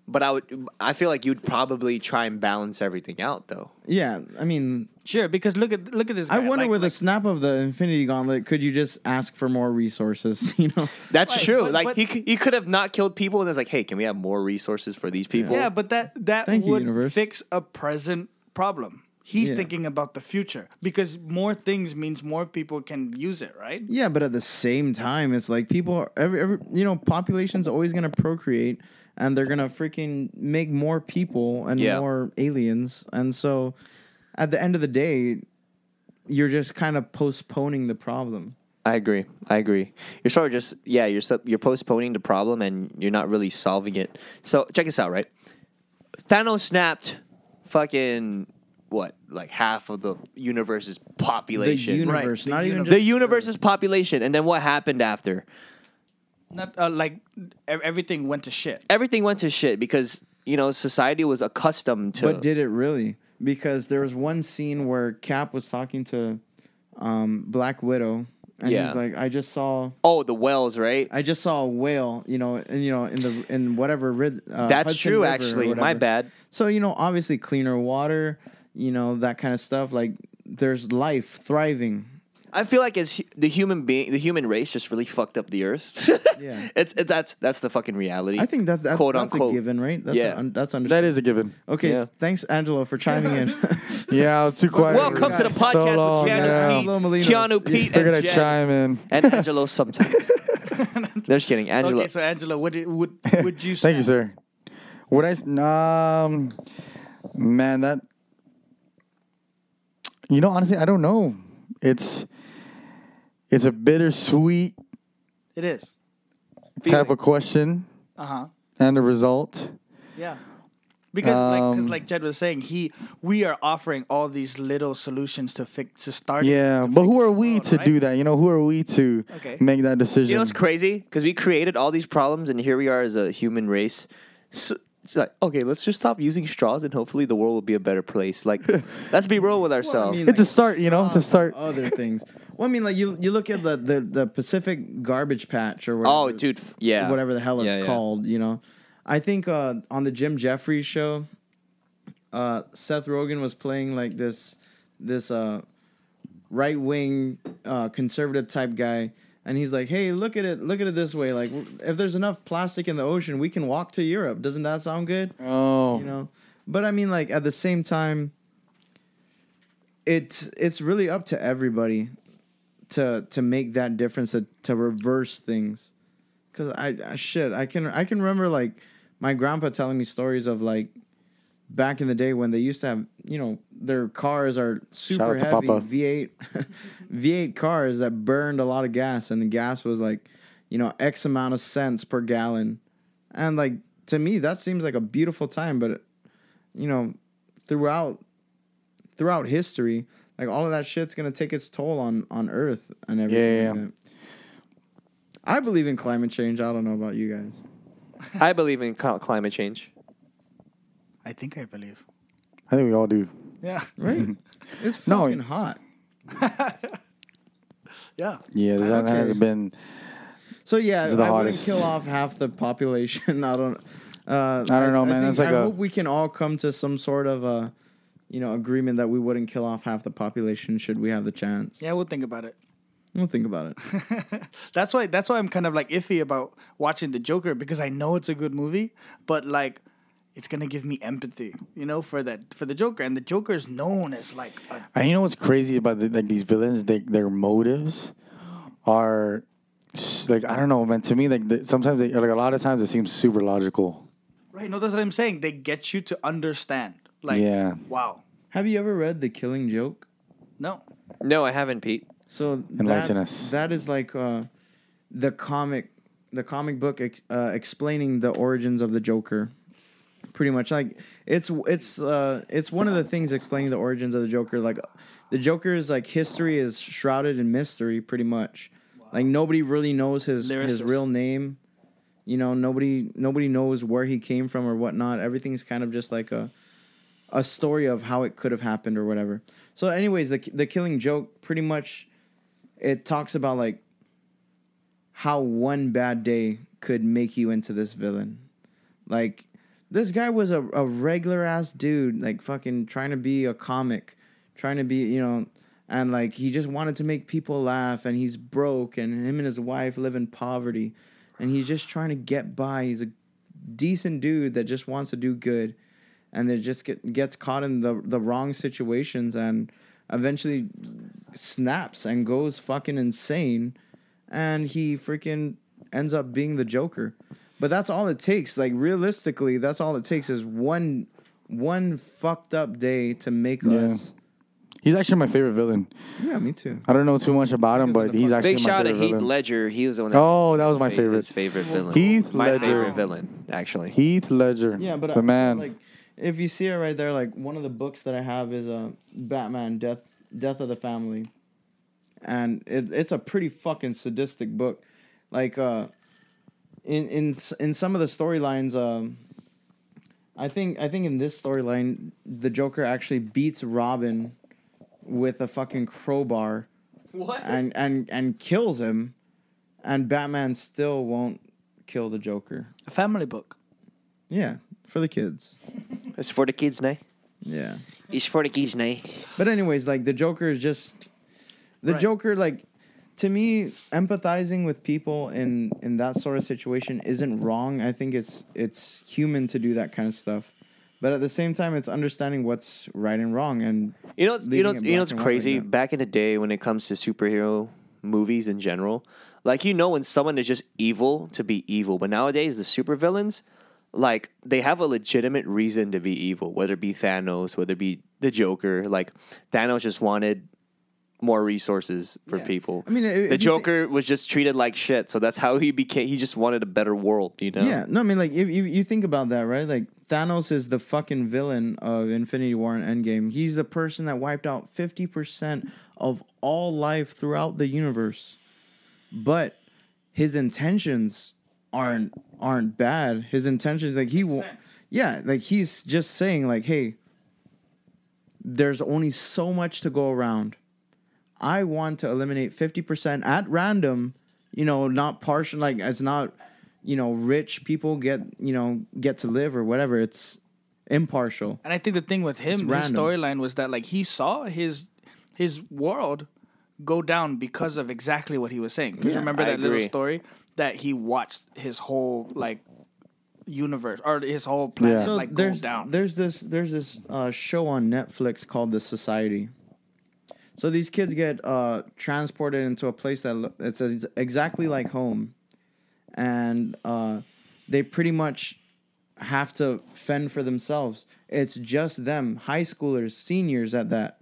F: But I would. I feel like you'd probably try and balance everything out, though.
D: Yeah, I mean,
E: sure. Because look at look at this. Guy.
D: I wonder
E: Like-
D: with a
E: like-
D: snap of the Infinity Gauntlet, could you just ask for more resources? You know,
F: That's
E: Right,
F: true.
E: but-
F: like
E: but-
F: he c- he could have not killed people, and it's like, hey, can we have more resources for these people?
E: Yeah, but that that
D: Thank you,
E: would
D: universe.
E: fix a present problem. He's
D: Yeah.
E: thinking about the future because more things means more people can use it, right?
D: yeah, but at the same time, it's like people, are, every, every, you know, population's always gonna procreate, and they're gonna freaking make more people and
F: Yeah.
D: more aliens, and so at the end of the day, you're just kind of postponing the problem.
F: I agree. I agree. You're sort of just yeah. You're so, you're postponing the problem, and you're not really solving it. So check this out, right? Thanos snapped, fucking what? Like half of the universe's
D: The
F: population.
D: universe,
E: the
D: not even
E: universe.
F: The universe's population, and then what happened after?
E: Not uh, like e- everything went to shit.
F: Everything went to shit because you know society was accustomed to.
D: But did it really? because there was one scene where Cap was talking to um, Black Widow, and
F: Yeah.
D: he's like, "I just saw,
F: Oh, the wells, right?
D: I just saw a whale, you know, and you know, in the in whatever rid, uh,
F: That's
D: Hudson
F: true,
D: River or
F: actually. My
D: whatever."
F: bad.
D: So you know, obviously cleaner water, you know that kind of stuff. Like there's life thriving.
F: I feel like as hu- the human being, the human race just really fucked up the earth.
D: Yeah.
F: it's it, that's that's the fucking reality.
D: I think that, that
F: Quote,
D: that's
F: unquote.
D: a given, right? That's
F: Yeah.
D: a, un, that's understood.
C: That is a given.
D: okay.
F: Yeah.
D: Thanks, Angelo, for chiming in.
C: Yeah, I was too quiet.
F: Welcome to the
C: So
F: podcast
C: long, yeah.
F: with Keanu
D: Yeah. Molinos.
F: Pete, Keanu
D: Yeah.
F: Pete,
C: Figured
F: and
C: I'd
F: Jen.
C: chime in.
F: and Angelo sometimes. They're just kidding, Angelo.
E: Okay, so Angela, what did, would would you?
C: Thank you,
E: snap?
C: sir. Would I? s- Um, man, that. You know, honestly, I don't know. It's it's a bittersweet
E: It is.
C: type of question
E: Uh huh.
C: and a result.
E: Yeah. Because, like,
C: Um,
E: cause like Jed was saying, he we are offering all these little solutions to fix to start.
C: Yeah, but who are we to do that? You know, who are we to
E: Okay.
C: make that decision?
F: You know what's crazy? Because we created all these problems, and here we are as a human race. So, it's like, okay, let's just stop using straws, and hopefully the world will be a better place. Like, let's be real with ourselves.
D: mean,
C: it's a start. You know, to start.
D: other things. Well, I mean, like you you look at the the, the Pacific garbage patch or whatever.
F: oh, dude, f- yeah,
D: whatever the hell it's
F: Yeah, yeah.
D: called. You know, I think uh, on the Jim Jeffries show, uh, Seth Rogen was playing like this this uh, right wing uh, conservative type guy. And he's like, "Hey, look at it! Look at it this way. Like, if there's enough plastic in the ocean, we can walk to Europe. Doesn't that sound good?
C: Oh,
D: you
F: Mm-hmm.
D: know but i mean like at the same time it's it's really up to everybody to to make that difference to, to reverse things because I, I shit i can i can remember like my grandpa telling me stories of like back in the day when they used to have you know their cars are super
C: out to
D: heavy
C: Papa.
D: v8 v8 cars that burned a lot of gas and the gas was like you know x amount of cents per gallon and like to me that seems like a beautiful time but you know throughout throughout history like all of that shit's gonna take its toll on on earth and everything
C: Yeah, yeah,
D: like
C: yeah.
D: that. i believe in climate change i don't know about you guys
F: I believe in cl- climate change.
E: I think I believe.
C: I think we all do.
E: Yeah.
D: right it's
C: No,
D: fucking hot
E: Yeah.
C: Yeah, that
D: don't care.
C: hasn't been.
D: so yeah
C: These are the
D: i wouldn't
C: hottest.
D: kill off half the population i don't uh,
C: I don't know, man.
D: think-
C: That's like
D: I
C: a-
D: hope we can all come to some sort of a, you know, agreement that we wouldn't kill off half the population should we have the chance.
E: Yeah, we'll think about it.
D: We'll think about it.
E: that's why that's why I'm kind of like iffy about watching the Joker because I know it's a good movie, but like it's gonna give me empathy, you know, for that for the Joker. And the Joker is known as like a,
C: And you know what's crazy about the, like these villains? They, their motives are s- like I don't know, man. To me, like the, sometimes they like a lot of times it seems super logical.
E: right. No, that's what I'm saying. They get you to understand. Like,
C: Yeah.
E: wow.
D: have you ever read The Killing Joke?
E: No,
F: No, I haven't, Pete.
D: So
C: Enlighten
D: that,
C: us.
D: That is like uh, the comic, the comic book ex- uh, explaining the origins of the Joker. Pretty much, like it's it's uh, it's one of the things explaining the origins of the Joker. Like the Joker's like history is shrouded in mystery, pretty much. Like nobody really knows his his
E: Lyricist.
D: real name. You know, nobody nobody knows where he came from or whatnot. Everything's kind of just like a a story of how it could have happened or whatever. So, anyways, the the Killing Joke pretty much it talks about like how one bad day could make you into this villain. Like this guy was a, a regular ass dude, like fucking trying to be a comic, trying to be, you know, and like he just wanted to make people laugh and he's broke and him and his wife live in poverty and he's just trying to get by. He's a decent dude that just wants to do good and it just get, gets caught in the the wrong situations and eventually snaps and goes fucking insane and he freaking ends up being the joker but that's all it takes like realistically that's all it takes is one one fucked up day to make us
C: He's actually my favorite villain.
D: yeah me too
C: I don't know too much about him,
D: Because of
C: but
D: the
C: he's
D: fuck-
C: actually
F: Big
C: my
F: shout out
C: favorite
F: to Heath
C: villain.
F: Ledger. He was the one. That
C: Oh, that was my
F: fa-
C: favorite.
F: His favorite villain.
C: Heath
F: my
C: Ledger.
F: favorite villain, actually.
C: Heath Ledger.
D: yeah but
C: the
D: I,
C: man.
D: like if you see it right there like one of the books that i have is uh, batman death death of the family and it, it's a pretty fucking sadistic book. Like uh, in in s- in some of the storylines, um, uh, I think I think in this storyline, the Joker actually beats Robin with a fucking crowbar
F: What?
D: and and and kills him, and Batman still won't kill the Joker.
E: A family book.
D: Yeah, for the kids.
F: It's for the kids, nay.
D: Yeah.
F: It's for the kids, nay.
D: But anyways, like the Joker is just the
E: Right.
D: Joker. Like to me, empathizing with people in in that sort of situation isn't wrong. I think it's it's human to do that kind of stuff. But at the same time, it's understanding what's right and wrong. And
F: You know, you know,
D: leaving it
F: you
D: black
F: know, it's
D: and white like
F: crazy.
D: that.
F: Back in the day, when it comes to superhero movies in general, like you know, when someone is just evil to be evil, but nowadays the supervillains, like they have a legitimate reason to be evil, whether it be Thanos, whether it be the Joker. Like Thanos just wanted more resources for
D: Yeah.
F: people.
D: I mean, i- if you
F: the
D: thi-
F: Joker was just treated like shit, so that's how he became. He just wanted a better world, you know.
D: yeah, no, I mean, like if you you think about that, right? Like Thanos is the fucking villain of Infinity War and Endgame. He's the person that wiped out fifty percent of all life throughout the universe. But his intentions aren't aren't bad. His intentions, like he, wa- yeah, like he's just saying, like, hey, there's only so much to go around. I want to eliminate 50% at random, you know, not partial, like it's not, you know, rich people get, you know, get to live or whatever. It's impartial.
E: And I think the thing with him, his
D: random.
E: storyline was that like he saw his his world go down because of exactly what he was saying. Because
D: Yeah,
E: remember
F: I
E: that little
F: agree.
E: story that he watched his whole like universe or his whole planet
C: Yeah.
D: So
E: like go
D: there's
E: down.
D: there's this there's this uh, show on Netflix called The Society. So these kids get uh, transported into a place that lo- it's ex- exactly like home, and uh, they pretty much have to fend for themselves. It's just them, high schoolers, seniors at that,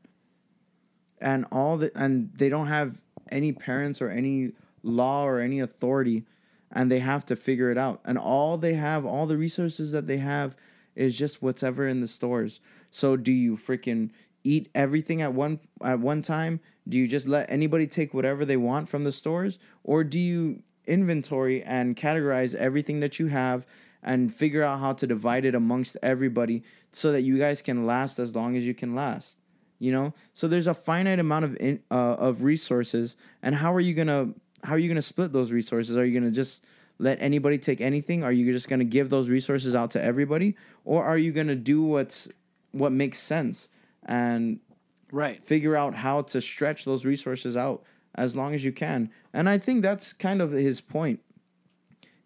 D: and all the and they don't have any parents or any law or any authority, and they have to figure it out. And all they have, all the resources that they have, is just whatever in the stores. So do you freaking eat everything at one at one time? Do you just let anybody take whatever they want from the stores, or do you inventory and categorize everything that you have and figure out how to divide it amongst everybody so that you guys can last as long as you can last you know so there's a finite amount of in, uh, of resources and how are you going to how are you going to split those resources are you going to just let anybody take anything are you just going to give those resources out to everybody or are you going to do what's what makes sense and
E: right.
D: figure out how to stretch those resources out as long as you can. And I think that's kind of his point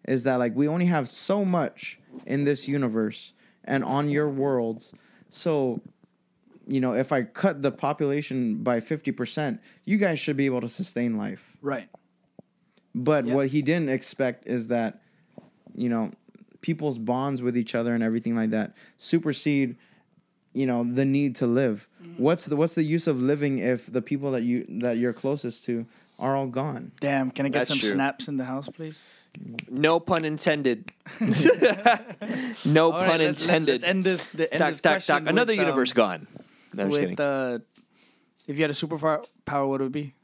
D: is that like we only have so much in this universe and on your worlds. So, you know, if I cut the population by 50%, you guys should be able to sustain life.
E: Right.
D: But
E: Yeah.
D: what he didn't expect is that, you know, people's bonds with each other and everything like that supersede, you know, the need to live.
E: Mm-hmm.
D: What's the what's the use of living if the people that you that you're closest to are all gone?
E: Damn, can I get
F: That's
E: some
F: true.
E: snaps in the house, please?
F: No pun intended. no
E: All
F: pun
E: right, let's- let's-
F: intended.
E: Let's end this. The, end
F: Doc,
E: this
F: doc, doc.
E: question
F: Another
E: with, um,
F: universe gone. No, I'm just kidding.
E: with uh, if you had a superpower, power, what would it be?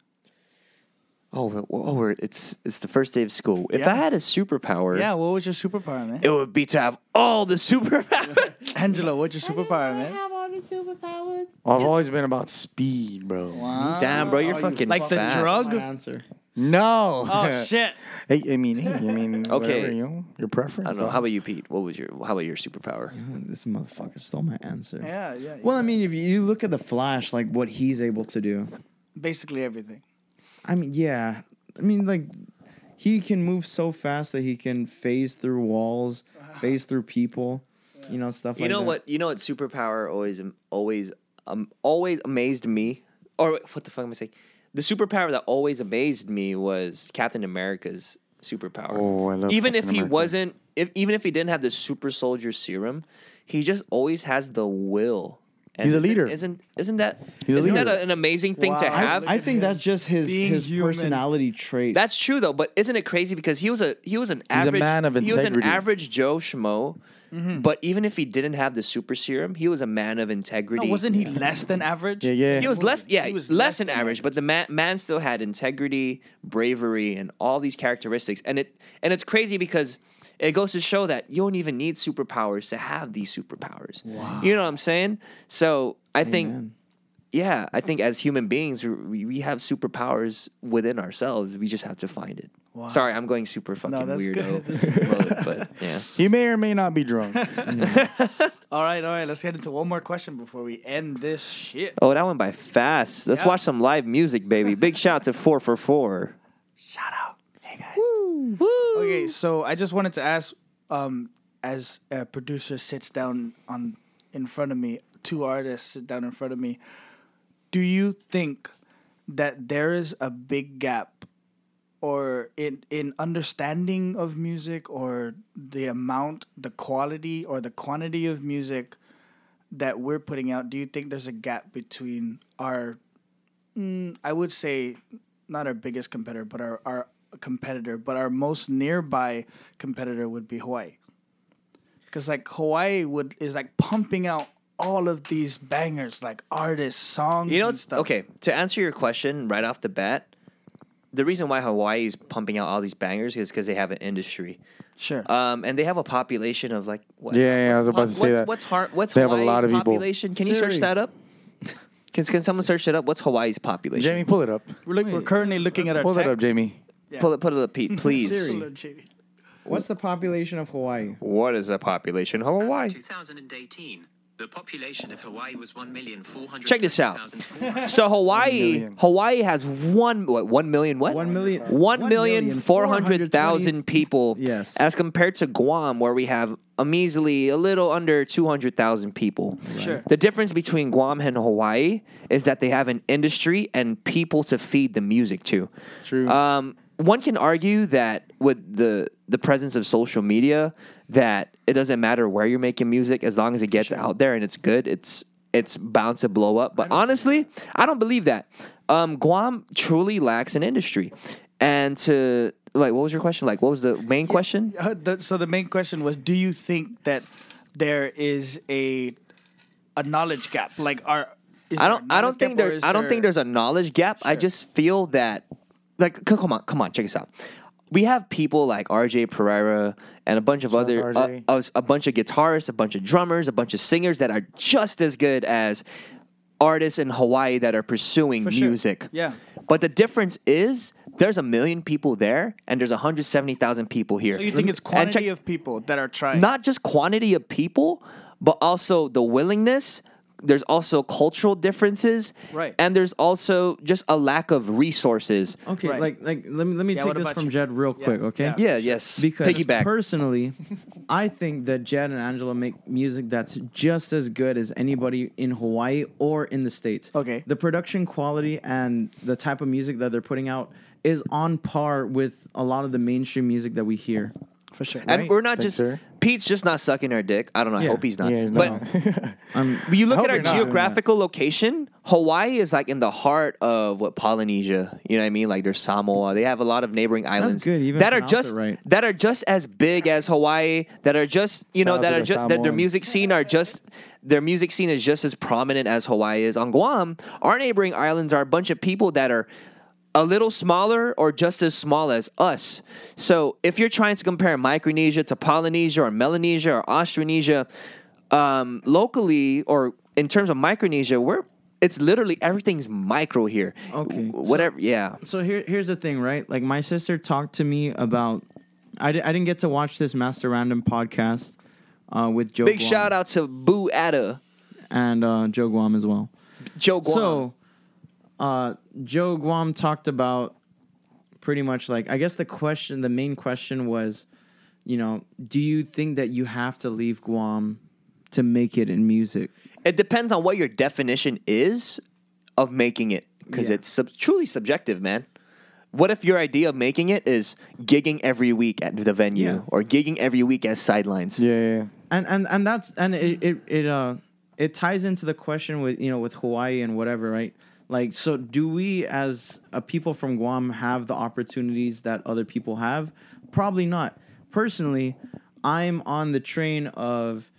F: oh, we're- oh, we're, it's it's the first day of school. If
E: Yeah.
F: I had a superpower,
E: Yeah, what was your superpower, man?
F: it would be to have all the superpowers.
E: Angela, what's your superpower, man?
C: I've always been about speed, bro.
E: Wow.
F: Damn, bro, you're fucking
E: Like the
F: fast.
E: drug?
D: My answer.
C: No.
E: Oh shit.
C: Hey, I mean, hey, I mean, okay.
F: Okay.
C: you know, your
F: I
C: preference.
F: don't know. How about you, Pete? What was your how about your superpower?
D: This motherfucker stole my answer.
E: Yeah, yeah.
D: Well, I mean, if you look at the Flash, like what he's able to do,
E: basically everything.
D: I mean, yeah. I mean, like, he can move so fast that he can phase through walls, phase through people, you know, stuff
F: You
D: like that.
F: know what? You know what? Superpower always always um always amazed me. Or wait, what the fuck am I saying? The superpower that always amazed me was Captain America's superpower.
C: Oh, I love
F: even if
C: Captain
F: he
C: America.
F: wasn't, if even if he didn't have the super soldier serum, he just always has the will. And
C: He's a
F: isn't-
C: leader.
F: Isn't isn't that
C: He's a
F: isn't
C: leader.
F: that a- an amazing thing to
E: Wow.
D: I-
F: have?
D: I, think that's just his
E: Being
D: his
E: human.
D: personality trait.
F: That's true though, but isn't it crazy because he was a he was an
C: a
F: average
C: man of
F: he was an
C: integrity.
F: average Joe schmo,
E: Mm-hmm.
F: but even if he didn't have the super serum, he was a man of
E: No,
F: integrity.
E: wasn't he less than average?
C: Yeah, yeah.
F: He was less yeah,
E: He was
F: less,
E: less
F: than
E: than
F: average, but the man, man still had integrity, bravery, and all these characteristics. And it and it's crazy because it goes to show that you don't even need superpowers to have these superpowers. You know what I'm saying? So I think,
D: Amen.
F: yeah, I think as human beings, we, we have superpowers within ourselves. We just have to find it. Sorry, I'm going super fucking
E: that's
F: weirdo mode, but yeah.
C: He may or may not be drunk.
E: All right, all right. Let's get into one more question before we end this shit.
F: Oh, that went by fast. Let's
E: Yeah.
F: watch some live music, baby. Big shout to four for four.
E: Shout out. Hey, guys. Okay, so I just wanted to ask, um, as a producer sits down on in front of me, two artists sit down in front of me. Do you think that there is a big gap, or in in understanding of music, or the amount, the quality, or the quantity of music that we're putting out? Do you think there's a gap between our mm, I would say not our biggest competitor, but our, our competitor, but our most nearby competitor would be Hawaii. Because like Hawaii would is like pumping out all of these bangers, like artists, songs,
F: You know,
E: and stuff.
F: okay. To answer your question right off the bat, the reason why Hawaii is pumping out all these bangers is because they have an industry,
E: sure.
F: um, and they have a population of like what?
C: Yeah, yeah, I was about
F: what's,
C: to say
F: what's,
C: that.
F: What's har- What's
C: They have a
F: Hawaii's
C: lot of people.
F: population? Can you search
D: Siri.
F: that up? Can, can someone search it up? What's Hawaii's population?
C: Jamie, pull it up.
E: we're, look, we're currently
F: uh,
E: looking at our
C: Pull that
E: tech-
C: up, Jamie.
F: pull it, put it up, Pete, please.
D: Siri. What's the population of Hawaii?
F: What is the population of Hawaii?
A: As of 2018, the population of Hawaii was 1,400,000.
F: Check this out. So Hawaii,
C: million.
F: Hawaii has one what one million what
D: One million-
F: one
D: one
F: million
D: million
F: four hundred
D: 420
F: thousand people.
D: Yes.
F: as compared to Guam, where we have a measly a little under two hundred thousand people.
E: Sure.
F: The difference between Guam and Hawaii is that they have an industry and people to feed the music to.
C: True.
F: Um, one can argue that with the the presence of social media, that it doesn't matter where you're making music as long as it gets out there and it's good. It's it's bound to blow up. But honestly, I don't believe that. Um, Guam truly lacks an industry, and to like, what was your question? Like, what was the main question?
E: Uh, the, so the main question was: Do you think that there is a a knowledge gap? Like, are is
F: I
E: there a
F: don't. I
E: knowledge
F: don't
E: gap,
F: think
E: or
F: there.
E: is
F: I don't think there's a knowledge gap. I just feel that, like, c- come on, come on, check this out. We have people like R.J. Pereira and a bunch of other, uh,
C: RJ.
F: uh, a bunch of guitarists, a bunch of drummers, a bunch of singers that are just as good as artists in Hawaii that are pursuing
E: sure.
F: music.
E: Yeah.
F: But the difference is there's a million people there, and there's 170,000 people here.
E: So you think it's
F: And check-
E: quantity of people that are trying?
F: not just quantity of people, but also the willingness. There's also cultural differences,
E: Right.
F: And there's also just a lack of resources.
D: Okay,
E: Right.
D: like like let me let me
E: Yeah,
D: take
E: what
D: this
E: about
D: from
E: you?
D: Jed real
E: Yeah,
D: quick, okay?
E: yeah.
F: Yeah, yes.
D: Because
F: piggyback.
D: personally, I think that Jed and Angela make music that's just as good as anybody in Hawaii or in the States.
E: Okay.
D: The production quality and the type of music that they're putting out is on par with a lot of the mainstream music that we hear.
E: for sure.
F: and
D: right?
F: we're not
C: Thanks,
F: just
C: sir.
F: Pete's just not sucking our dick. I don't know. I
D: Yeah.
F: hope he's not.
C: Yeah, he's
F: but
D: Um,
F: you look
C: hope
F: at our
C: you're not doing that.
F: geographical location. Hawaii is like in the heart of what Polynesia. You know what I mean? Like there's Samoa. They have a lot of neighboring islands
D: good, you even
F: that are
D: pronounced it
F: just
D: right.
F: that are just as big as Hawaii. That are just you
C: Shout
F: know
C: out
F: that
C: to
F: are
C: the
F: just that their
C: Samoans.
F: music scene are just their music scene is just as prominent as Hawaii is. On Guam, our neighboring islands are a bunch of people that are. A little smaller or just as small as us. So, if you're trying to compare Micronesia to Polynesia or Melanesia or Austronesia, um, locally or in terms of Micronesia, we're it's literally everything's micro here.
D: Okay, so-
F: Whatever. yeah.
D: so here, here's the thing, right? Like my sister talked to me about. I, di- I didn't get to watch this Master Random podcast uh, with Joe.
F: Big
D: Guam
F: shout out to Boo Atta,
D: and uh, Joe Guam as well.
F: Joe Guam.
D: So, uh, Joe Guam talked about pretty much like I guess the question, the main question was, you know, do you think that you have to leave Guam to make it in music?
F: it depends on what your definition is of making it, because
D: Yeah.
F: it's sub- truly subjective, man. What if your idea of making it is gigging every week at the venue
D: Yeah.
F: or gigging every week as sidelines?
C: yeah, yeah, yeah.
D: and and and that's and it it, it uh it ties into the question with you know with Hawaii and whatever right like so do we as a people from Guam have the opportunities that other people have probably not personally I'm on the train of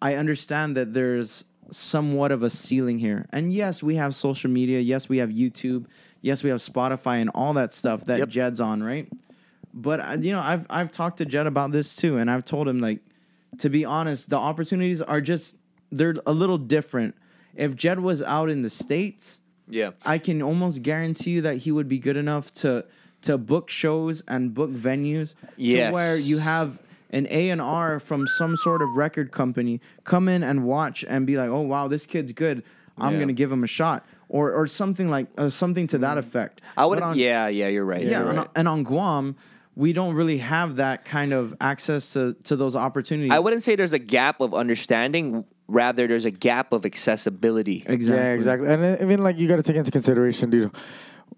D: I understand that there's somewhat of a ceiling here and yes we have social media yes we have YouTube yes we have Spotify and all that stuff that
F: Yep.
D: Jed's on right But I, you know, I've I've talked to Jed about this too, and I've told him like, to be honest, the opportunities are just they're a little different. If Jed was out in the states,
F: Yeah.
D: I can almost guarantee you that he would be good enough to to book shows and book venues
F: Yes.
D: to where you have an A and R from some sort of record company come in and watch and be like, "Oh wow, this kid's good. I'm
F: Yeah.
D: gonna give him a shot," or or something like uh, something to that effect.
F: Mm. I would.
D: But on-
F: yeah, yeah, you're right.
D: yeah,
F: you're
D: and,
F: right.
D: on, and on Guam, we don't really have that kind of access to to those opportunities.
F: I wouldn't say there's a gap of understanding. Rather, there's a gap of accessibility.
D: exactly.
C: Yeah, exactly. And uh, I- I mean, like, you got to take into consideration, dude.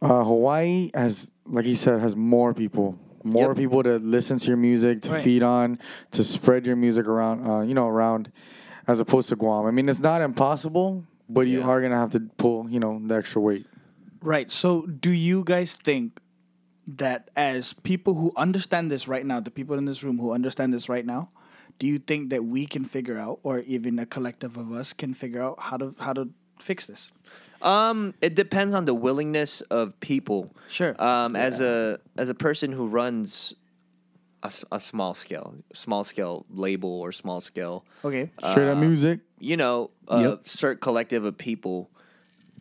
C: Uh, Hawaii has, like he said, has more people, more
F: Yep.
C: people to listen to your music, to
E: Right.
C: feed on, to spread your music around, uh, you know, around, as opposed to Guam. I mean, it's not impossible, but you
F: Yeah.
C: are gonna have to pull, you know, the extra weight.
E: Right. So, do you guys think that as people who understand this right now, the people in this room who understand this right now, do you think that we can figure out, or even a collective of us can figure out how to how to fix this?
F: Um, it depends on the willingness of people.
E: Sure.
F: Um, as a as a person who runs a, s- a small scale small scale label or small scale,
E: Okay.
C: Straight up music.
F: you know, a
D: Yep.
F: certain collective of people.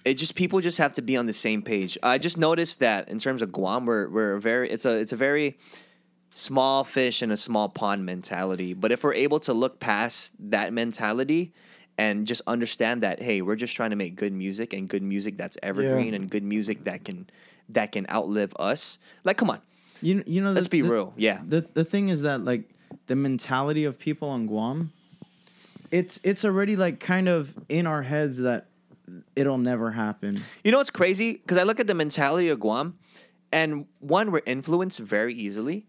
F: It just people just have to be on the same page. I just noticed that in terms of Guam, we're we're a very it's a it's a very small fish in a small pond mentality. But if we're able to look past that mentality and just understand that, hey, we're just trying to make good music and good music that's evergreen and good music that can that can outlive us. Like, come on,
D: You you know, the-
F: Let's be
D: the-
F: real, yeah.
D: The the thing is that like the mentality of people on Guam, it's it's already like kind of in our heads that it'll never happen.
F: You know what's crazy? Because I look at the mentality of Guam, and one, we're influenced very easily,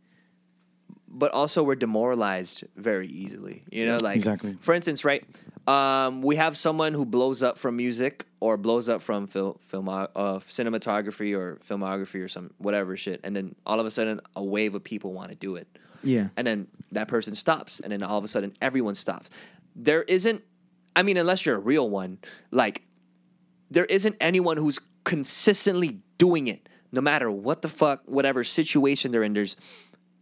F: but also we're demoralized very easily. You know, like
C: Exactly.
F: for instance, right? Um, we have someone who blows up from music or blows up from fil- film uh, cinematography or filmography or some whatever shit, and then all of a sudden, a wave of people want to do it
D: Yeah.
F: and then that person stops and then all of a sudden everyone stops there isn't i mean unless you're a real one like there isn't anyone who's consistently doing it no matter what the fuck whatever situation they're in there's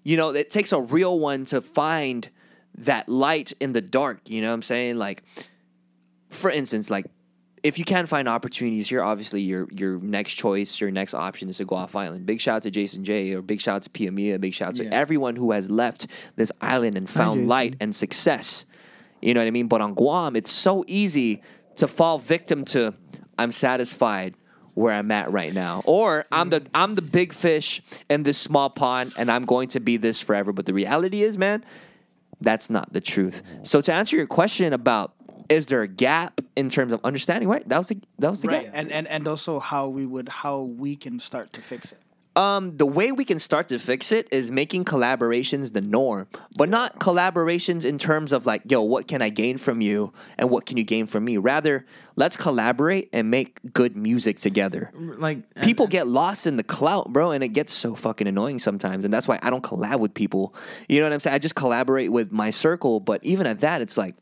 F: you know it takes a real one to find that light in the dark you know what i'm saying like for instance like if you can find opportunities here, obviously your your next choice, your next option is to go off island. Big shout out to Jason J or big shout out to Pia Mia, big shout out to
D: Yeah.
F: everyone who has left this island and found
D: Jason.
F: light and success. You know what I mean? But on Guam, it's so easy to fall victim to I'm satisfied where I'm at right now. Or I'm the I'm the big fish in this small pond and I'm going to be this forever. But the reality is, man, that's not the truth. So to answer your question about is there a gap in terms of understanding, right? That was the that was the
E: right.
F: gap.
E: And, and and also how we would how we can start to fix it.
F: Um, the way we can start to fix it is making collaborations the norm, but not collaborations in terms of like, yo, what can I gain from you and what can you gain from me? Rather, let's collaborate and make good music together.
D: Like and-
F: People get lost in the clout, bro, and it gets so fucking annoying sometimes. And that's why I don't collab with people. You know what I'm saying? I just collaborate with my circle, but even at that, it's like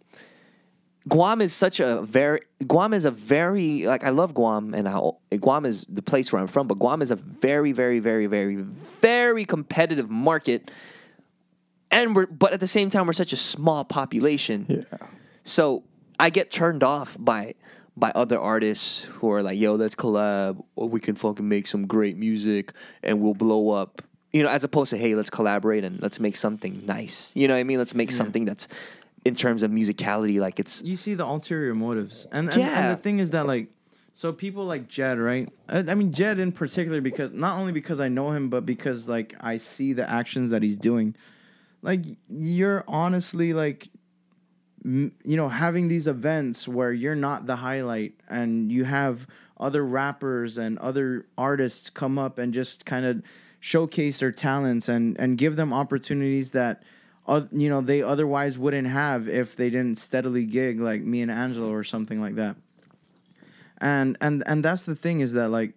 F: Guam is such a very Guam is a very like I love Guam and I, Guam is the place where I'm from, but Guam is a very very very very very competitive market, and we're but at the same time we're such a small population. Yeah. So I get turned off by by other artists who are like, "Yo, let's collab, or we can fucking make some great music, and we'll blow up." You know, as opposed to, "Hey, let's collaborate and let's make something nice." You know what I mean? Let's make something that's in terms of musicality, like it's
D: you see the ulterior motives, and and, and
F: Yeah.
D: the thing is that like, so people like Jed, right? I, I mean Jed in particular because not only because I know him, but because like I see the actions that he's doing. Like you're honestly like you know having these events where you're not the highlight and you have other rappers and other artists come up and just kind of showcase their talents and and give them opportunities that uh, you know they otherwise wouldn't have if they didn't steadily gig like me and Angelo or something like that and and and that's the thing is that like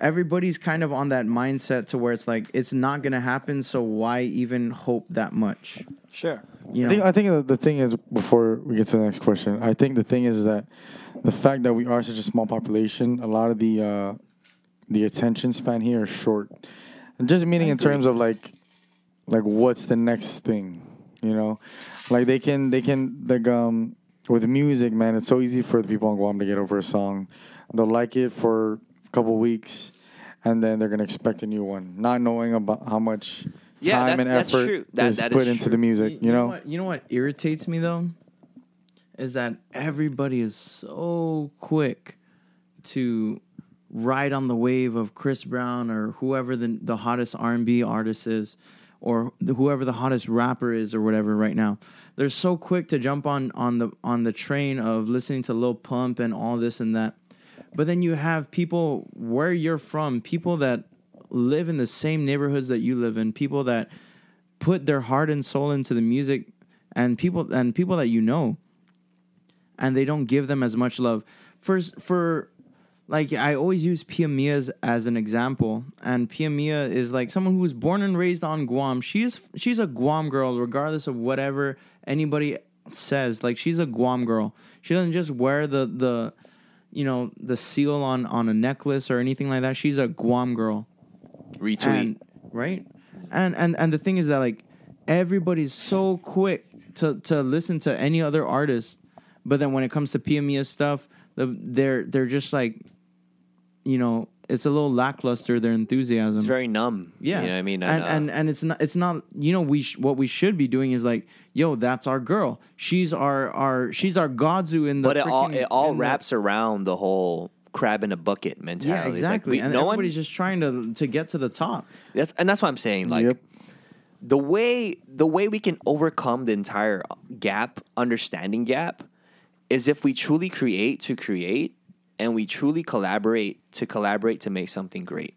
D: everybody's kind of on that mindset to where it's like it's not going to happen so why even hope that much
E: Sure.
C: I
D: you know
C: think, I think the- the thing is before we get to the next question, I think the thing is that the fact that we are such a small population, a lot of the uh, the attention span here is short. And just meaning in terms of like like what's the next thing you know like they can they can like um with music man it's so easy for the people on guam to get over a song they'll like it for a couple weeks and then they're gonna expect a new one not knowing about how much time
F: Yeah, that's-
C: and
F: that's
C: effort
F: true. That-
C: is
F: that is
C: put into
F: true.
C: the music you know
D: what, you know what irritates me though is that everybody is so quick to ride on the wave of Chris Brown or whoever the the hottest R&B artist is or the- whoever the hottest rapper is or whatever right now. They're so quick to jump on on the on the train of listening to Lil Pump and all this and that. But then you have people where you're from, people that live in the same neighborhoods that you live in, people that put their heart and soul into the music and people and people that you know and they don't give them as much love for for like I always use Pia Mia as, as an example and Pia Mia is like someone who was born and raised on Guam she is she's a Guam girl regardless of whatever anybody says like she's a Guam girl she doesn't just wear the the you know the seal on on a necklace or anything like that she's a Guam girl
F: Retweet.
D: and, right and and and the thing is that like everybody's so quick to to listen to any other artist but then when it comes to PMEA stuff the, they're they're just like you know it's a little lackluster their enthusiasm
F: it's very numb.
D: yeah
F: You know what I mean? uh,
D: and and, and it's not it's not you know we sh- what we should be doing is like yo that's our girl she's our our she's our godzu in the
F: but it all
D: freaking-
F: it all
D: in the-
F: wraps around the whole crab in a bucket mentality.
D: yeah
F: It's like,
D: exactly
F: we-
D: and
F: no one
D: everybody's just trying to to get to the top
F: That's and that's what I'm saying. Like
C: Yep.
F: the way the way we can overcome the entire gap, understanding gap, is if we truly create to create and we truly collaborate to collaborate to make something great.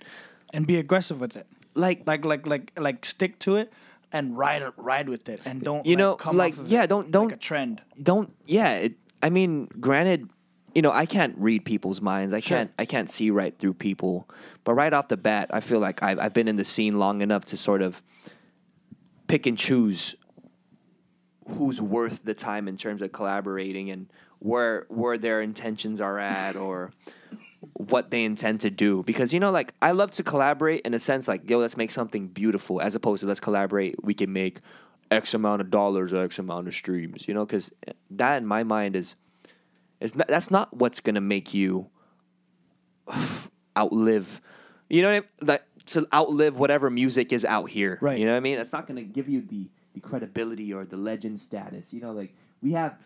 E: and be aggressive with it.
F: Like
E: Like like like like stick to it and ride ride with it and don't
F: You
E: like,
F: know,
E: come
F: like,
E: off of
F: yeah,
E: it
F: don't- don't-
E: like a trend.
F: don't yeah, it, I mean, granted, you know, I can't read people's minds. I can't I can't see right through people. But right off the bat, I feel like I've I've been in the scene long enough to sort of pick and choose who's worth the time in terms of collaborating and where where their intentions are at or what they intend to do because you know like I love to collaborate in a sense like yo let's make something beautiful as opposed to let's collaborate we can make x amount of dollars or x amount of streams you know cuz that in my mind is is not, that's not what's going to make you outlive you know what I mean? like to outlive whatever music is out here
E: Right.
F: you know what I mean that's not going to give you the the credibility or the legend status you know like we have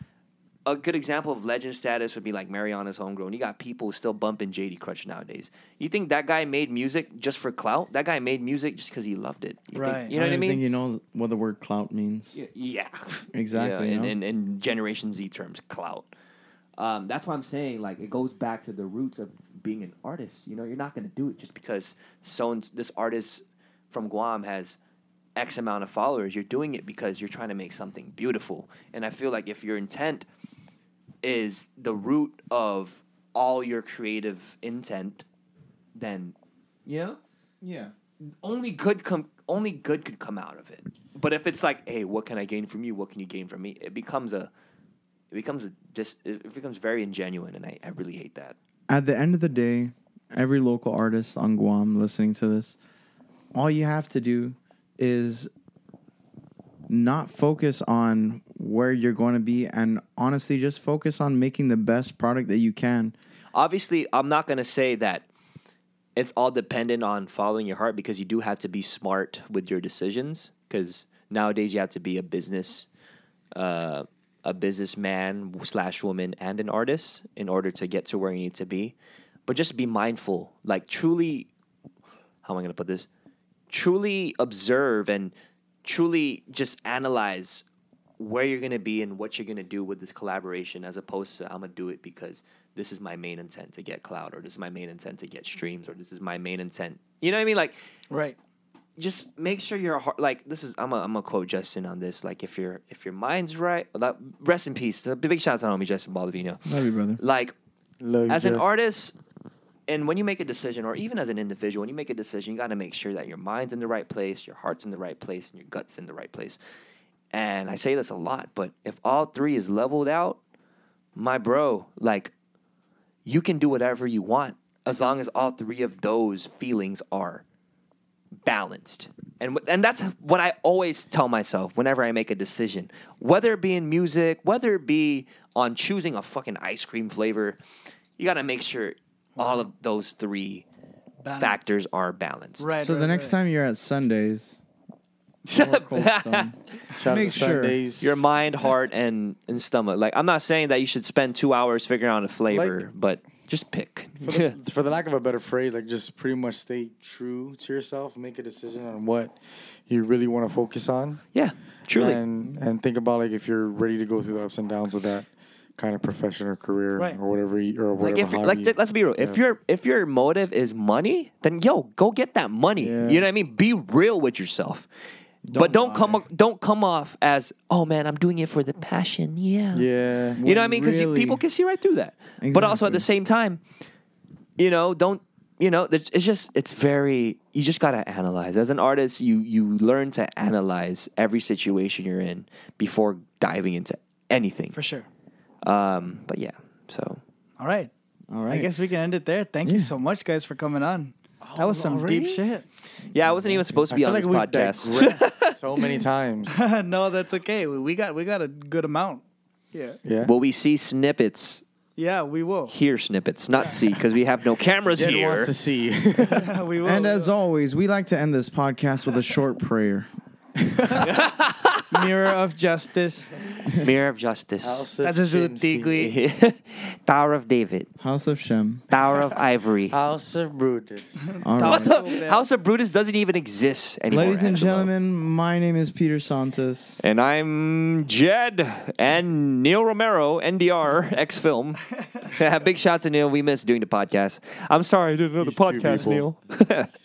F: a good example of legend status would be like Mariana's Homegrown. You got people still bumping JD Crutch nowadays. You think that guy made music just for clout? That guy made music just because he loved it. You think-
E: Right.
F: you know what I
D: don't think
F: mean?
D: you know what the word clout means
F: yeah.
D: Exactly,
F: Yeah, in,
D: yeah.
F: in, in Generation Z terms, clout. Um, that's what I'm saying. Like, it goes back to the roots of being an artist. You know, you're not going to do it just because so this artist from Guam has X amount of followers. You're doing it because you're trying to make something beautiful. And I feel like if your intent is the root of all your creative intent, then, you know,
D: yeah
F: only good com- only good could come out of it. But if it's like, hey, what can I gain from you? What can you gain from me? It becomes a it becomes a just it becomes very ingenuine, and I, I really hate that.
D: at the end of the day, every local artist on Guam listening to this, all you have to do is not focus on where you're going to be and honestly just focus on making the best product that you can.
F: Obviously, I'm not gonna say that it's all dependent on following your heart because you do have to be smart with your decisions. Because nowadays you have to be a business, uh, a businessman slash woman, and an artist in order to get to where you need to be. But just be mindful, like truly how am I going to put this? Truly observe and truly just analyze where you're going to be and what you're going to do with this collaboration as opposed to I'm going to do it because this is my main intent to get cloud or this is my main intent to get streams or this is my main intent. You know what I mean? Like,
E: Right.
F: just make sure your heart like this is I'm a, I'm gonna quote Justin on this like if your if your mind's right like, rest in peace So big shout out to homie Justin Baldovino
D: Love you, brother.
F: like
C: Love you,
F: as an
C: Jess.
F: artist and when you make a decision or even as an individual when you make a decision you got to make sure that your mind's in the right place your heart's in the right place and your gut's in the right place and i say this a lot but if all three is leveled out my bro like you can do whatever you want as long as all three of those feelings are balanced And, wh- and that's what I always tell myself whenever I make a decision, whether it be in music, whether it be on choosing a fucking ice cream flavor, you got to make sure all of those three
E: Balance.
F: factors are balanced.
E: Right.
D: So the
E: right,
D: next
E: right.
D: time you're at Sundays, or Cold Stone,
C: Shout
D: Make
C: out to
D: sure
C: Sundays.
F: Your mind, heart, and, and stomach. Like, I'm not saying that you should spend two hours figuring out a flavor, but just pick.
C: for, the, for the lack of a better phrase, like just pretty much stay true to yourself, make a decision on what you really want to focus on,
F: yeah, truly.
C: and and think about like if you're ready to go through the ups and downs of that kind of profession or career
E: Right.
C: or whatever you, or
F: Like
C: whatever.
F: if you're, like
C: hobby.
F: j- let's be real, if your if your motive is money, then yo, go get that money.
C: Yeah.
F: You know what I mean? Be real with yourself. but don't come
D: lie.
F: o- don't come off as oh man, I'm doing it for the passion. Yeah.
C: yeah,
F: You know what I mean? Because
D: Really.
F: people can see right through that. But also at the same time, you know, don't you know? It's, it's just it's very. You just gotta analyze. As an artist, you you learn to analyze every situation you're in before diving into anything.
E: For sure.
F: Um, but yeah, so
E: All right.
D: all
E: I
D: right.
E: guess we can end it there. Thank you so much, guys, for coming on. that was some
C: already?
E: deep shit.
F: yeah, I wasn't even supposed to
C: I
F: be
C: feel
F: on
C: like
F: this
C: we've
F: podcast.
C: digressed so many times.
E: no, that's okay. We, we got we got a good amount. Yeah.
C: Yeah,
F: Will we see snippets?
E: Yeah, we will.
F: Hear snippets, not see, because we have no cameras
C: Jed
F: here.
C: wants to see.
E: we will.
D: and
E: we
D: as always, we like to end this podcast with a short prayer.
E: will. mirror of justice.
F: Mirror of Justice,
C: House
E: That's
C: of
E: a
C: Shin Fin-
E: Zutigui.
F: Tower of David,
D: House of Shem.
F: Tower of Ivory.
C: House of Brutus.
D: All
E: What
D: right.
E: the- Little bit.
F: House of Brutus doesn't even exist anymore.
D: Ladies and
F: Angelo.
D: gentlemen, my name is Peter Santos.
F: And I'm Jed and Neil Romero, NDR, ex film. Big shout to Neil. We missed doing the podcast. I'm sorry I didn't know
C: These
F: the
C: two
F: podcast,
C: people.
F: Neil.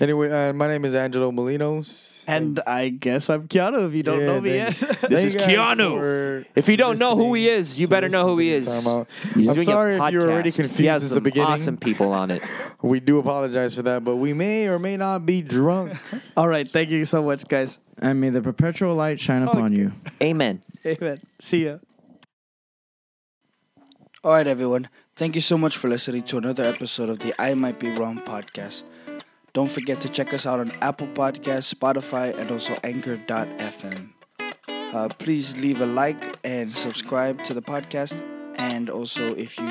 C: Anyway, uh, my name is Angelo Molinos.
E: And I guess I'm Keanu if you don't
C: Yeah,
E: know me
C: thank-
E: yet.
C: thank
F: is
C: you guys
F: Keanu.
C: for
F: If you don't know who he
C: listening
F: is, you
C: to
F: better
C: this
F: know who
C: and
F: he
C: to
F: is.
C: time out.
F: He's
C: I'm
F: doing a
C: sorry if you were already
F: podcast. He
C: confused
F: has
C: at the
F: some
C: beginning.
F: Awesome people on it.
C: We do apologize for that, but we may or may not be drunk.
E: All right. Thank you so much, guys.
D: And may the perpetual light shine upon you.
F: Amen.
E: Amen. See ya. All right, everyone. Thank you so much for listening to another episode of the I Might Be Wrong podcast. Don't forget to check us out on Apple Podcasts, Spotify, and also Anchor.fm. Uh, please leave a like and subscribe to the podcast. And also, if you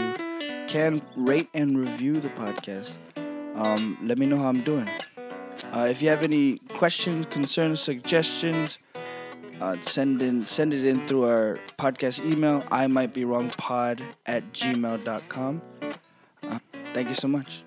E: can, rate and review the podcast. Um, let me know how I'm doing. Uh, if you have any questions, concerns, suggestions, uh, send in send it in through our podcast email i might be wrong pod at gmail.com uh, thank you so much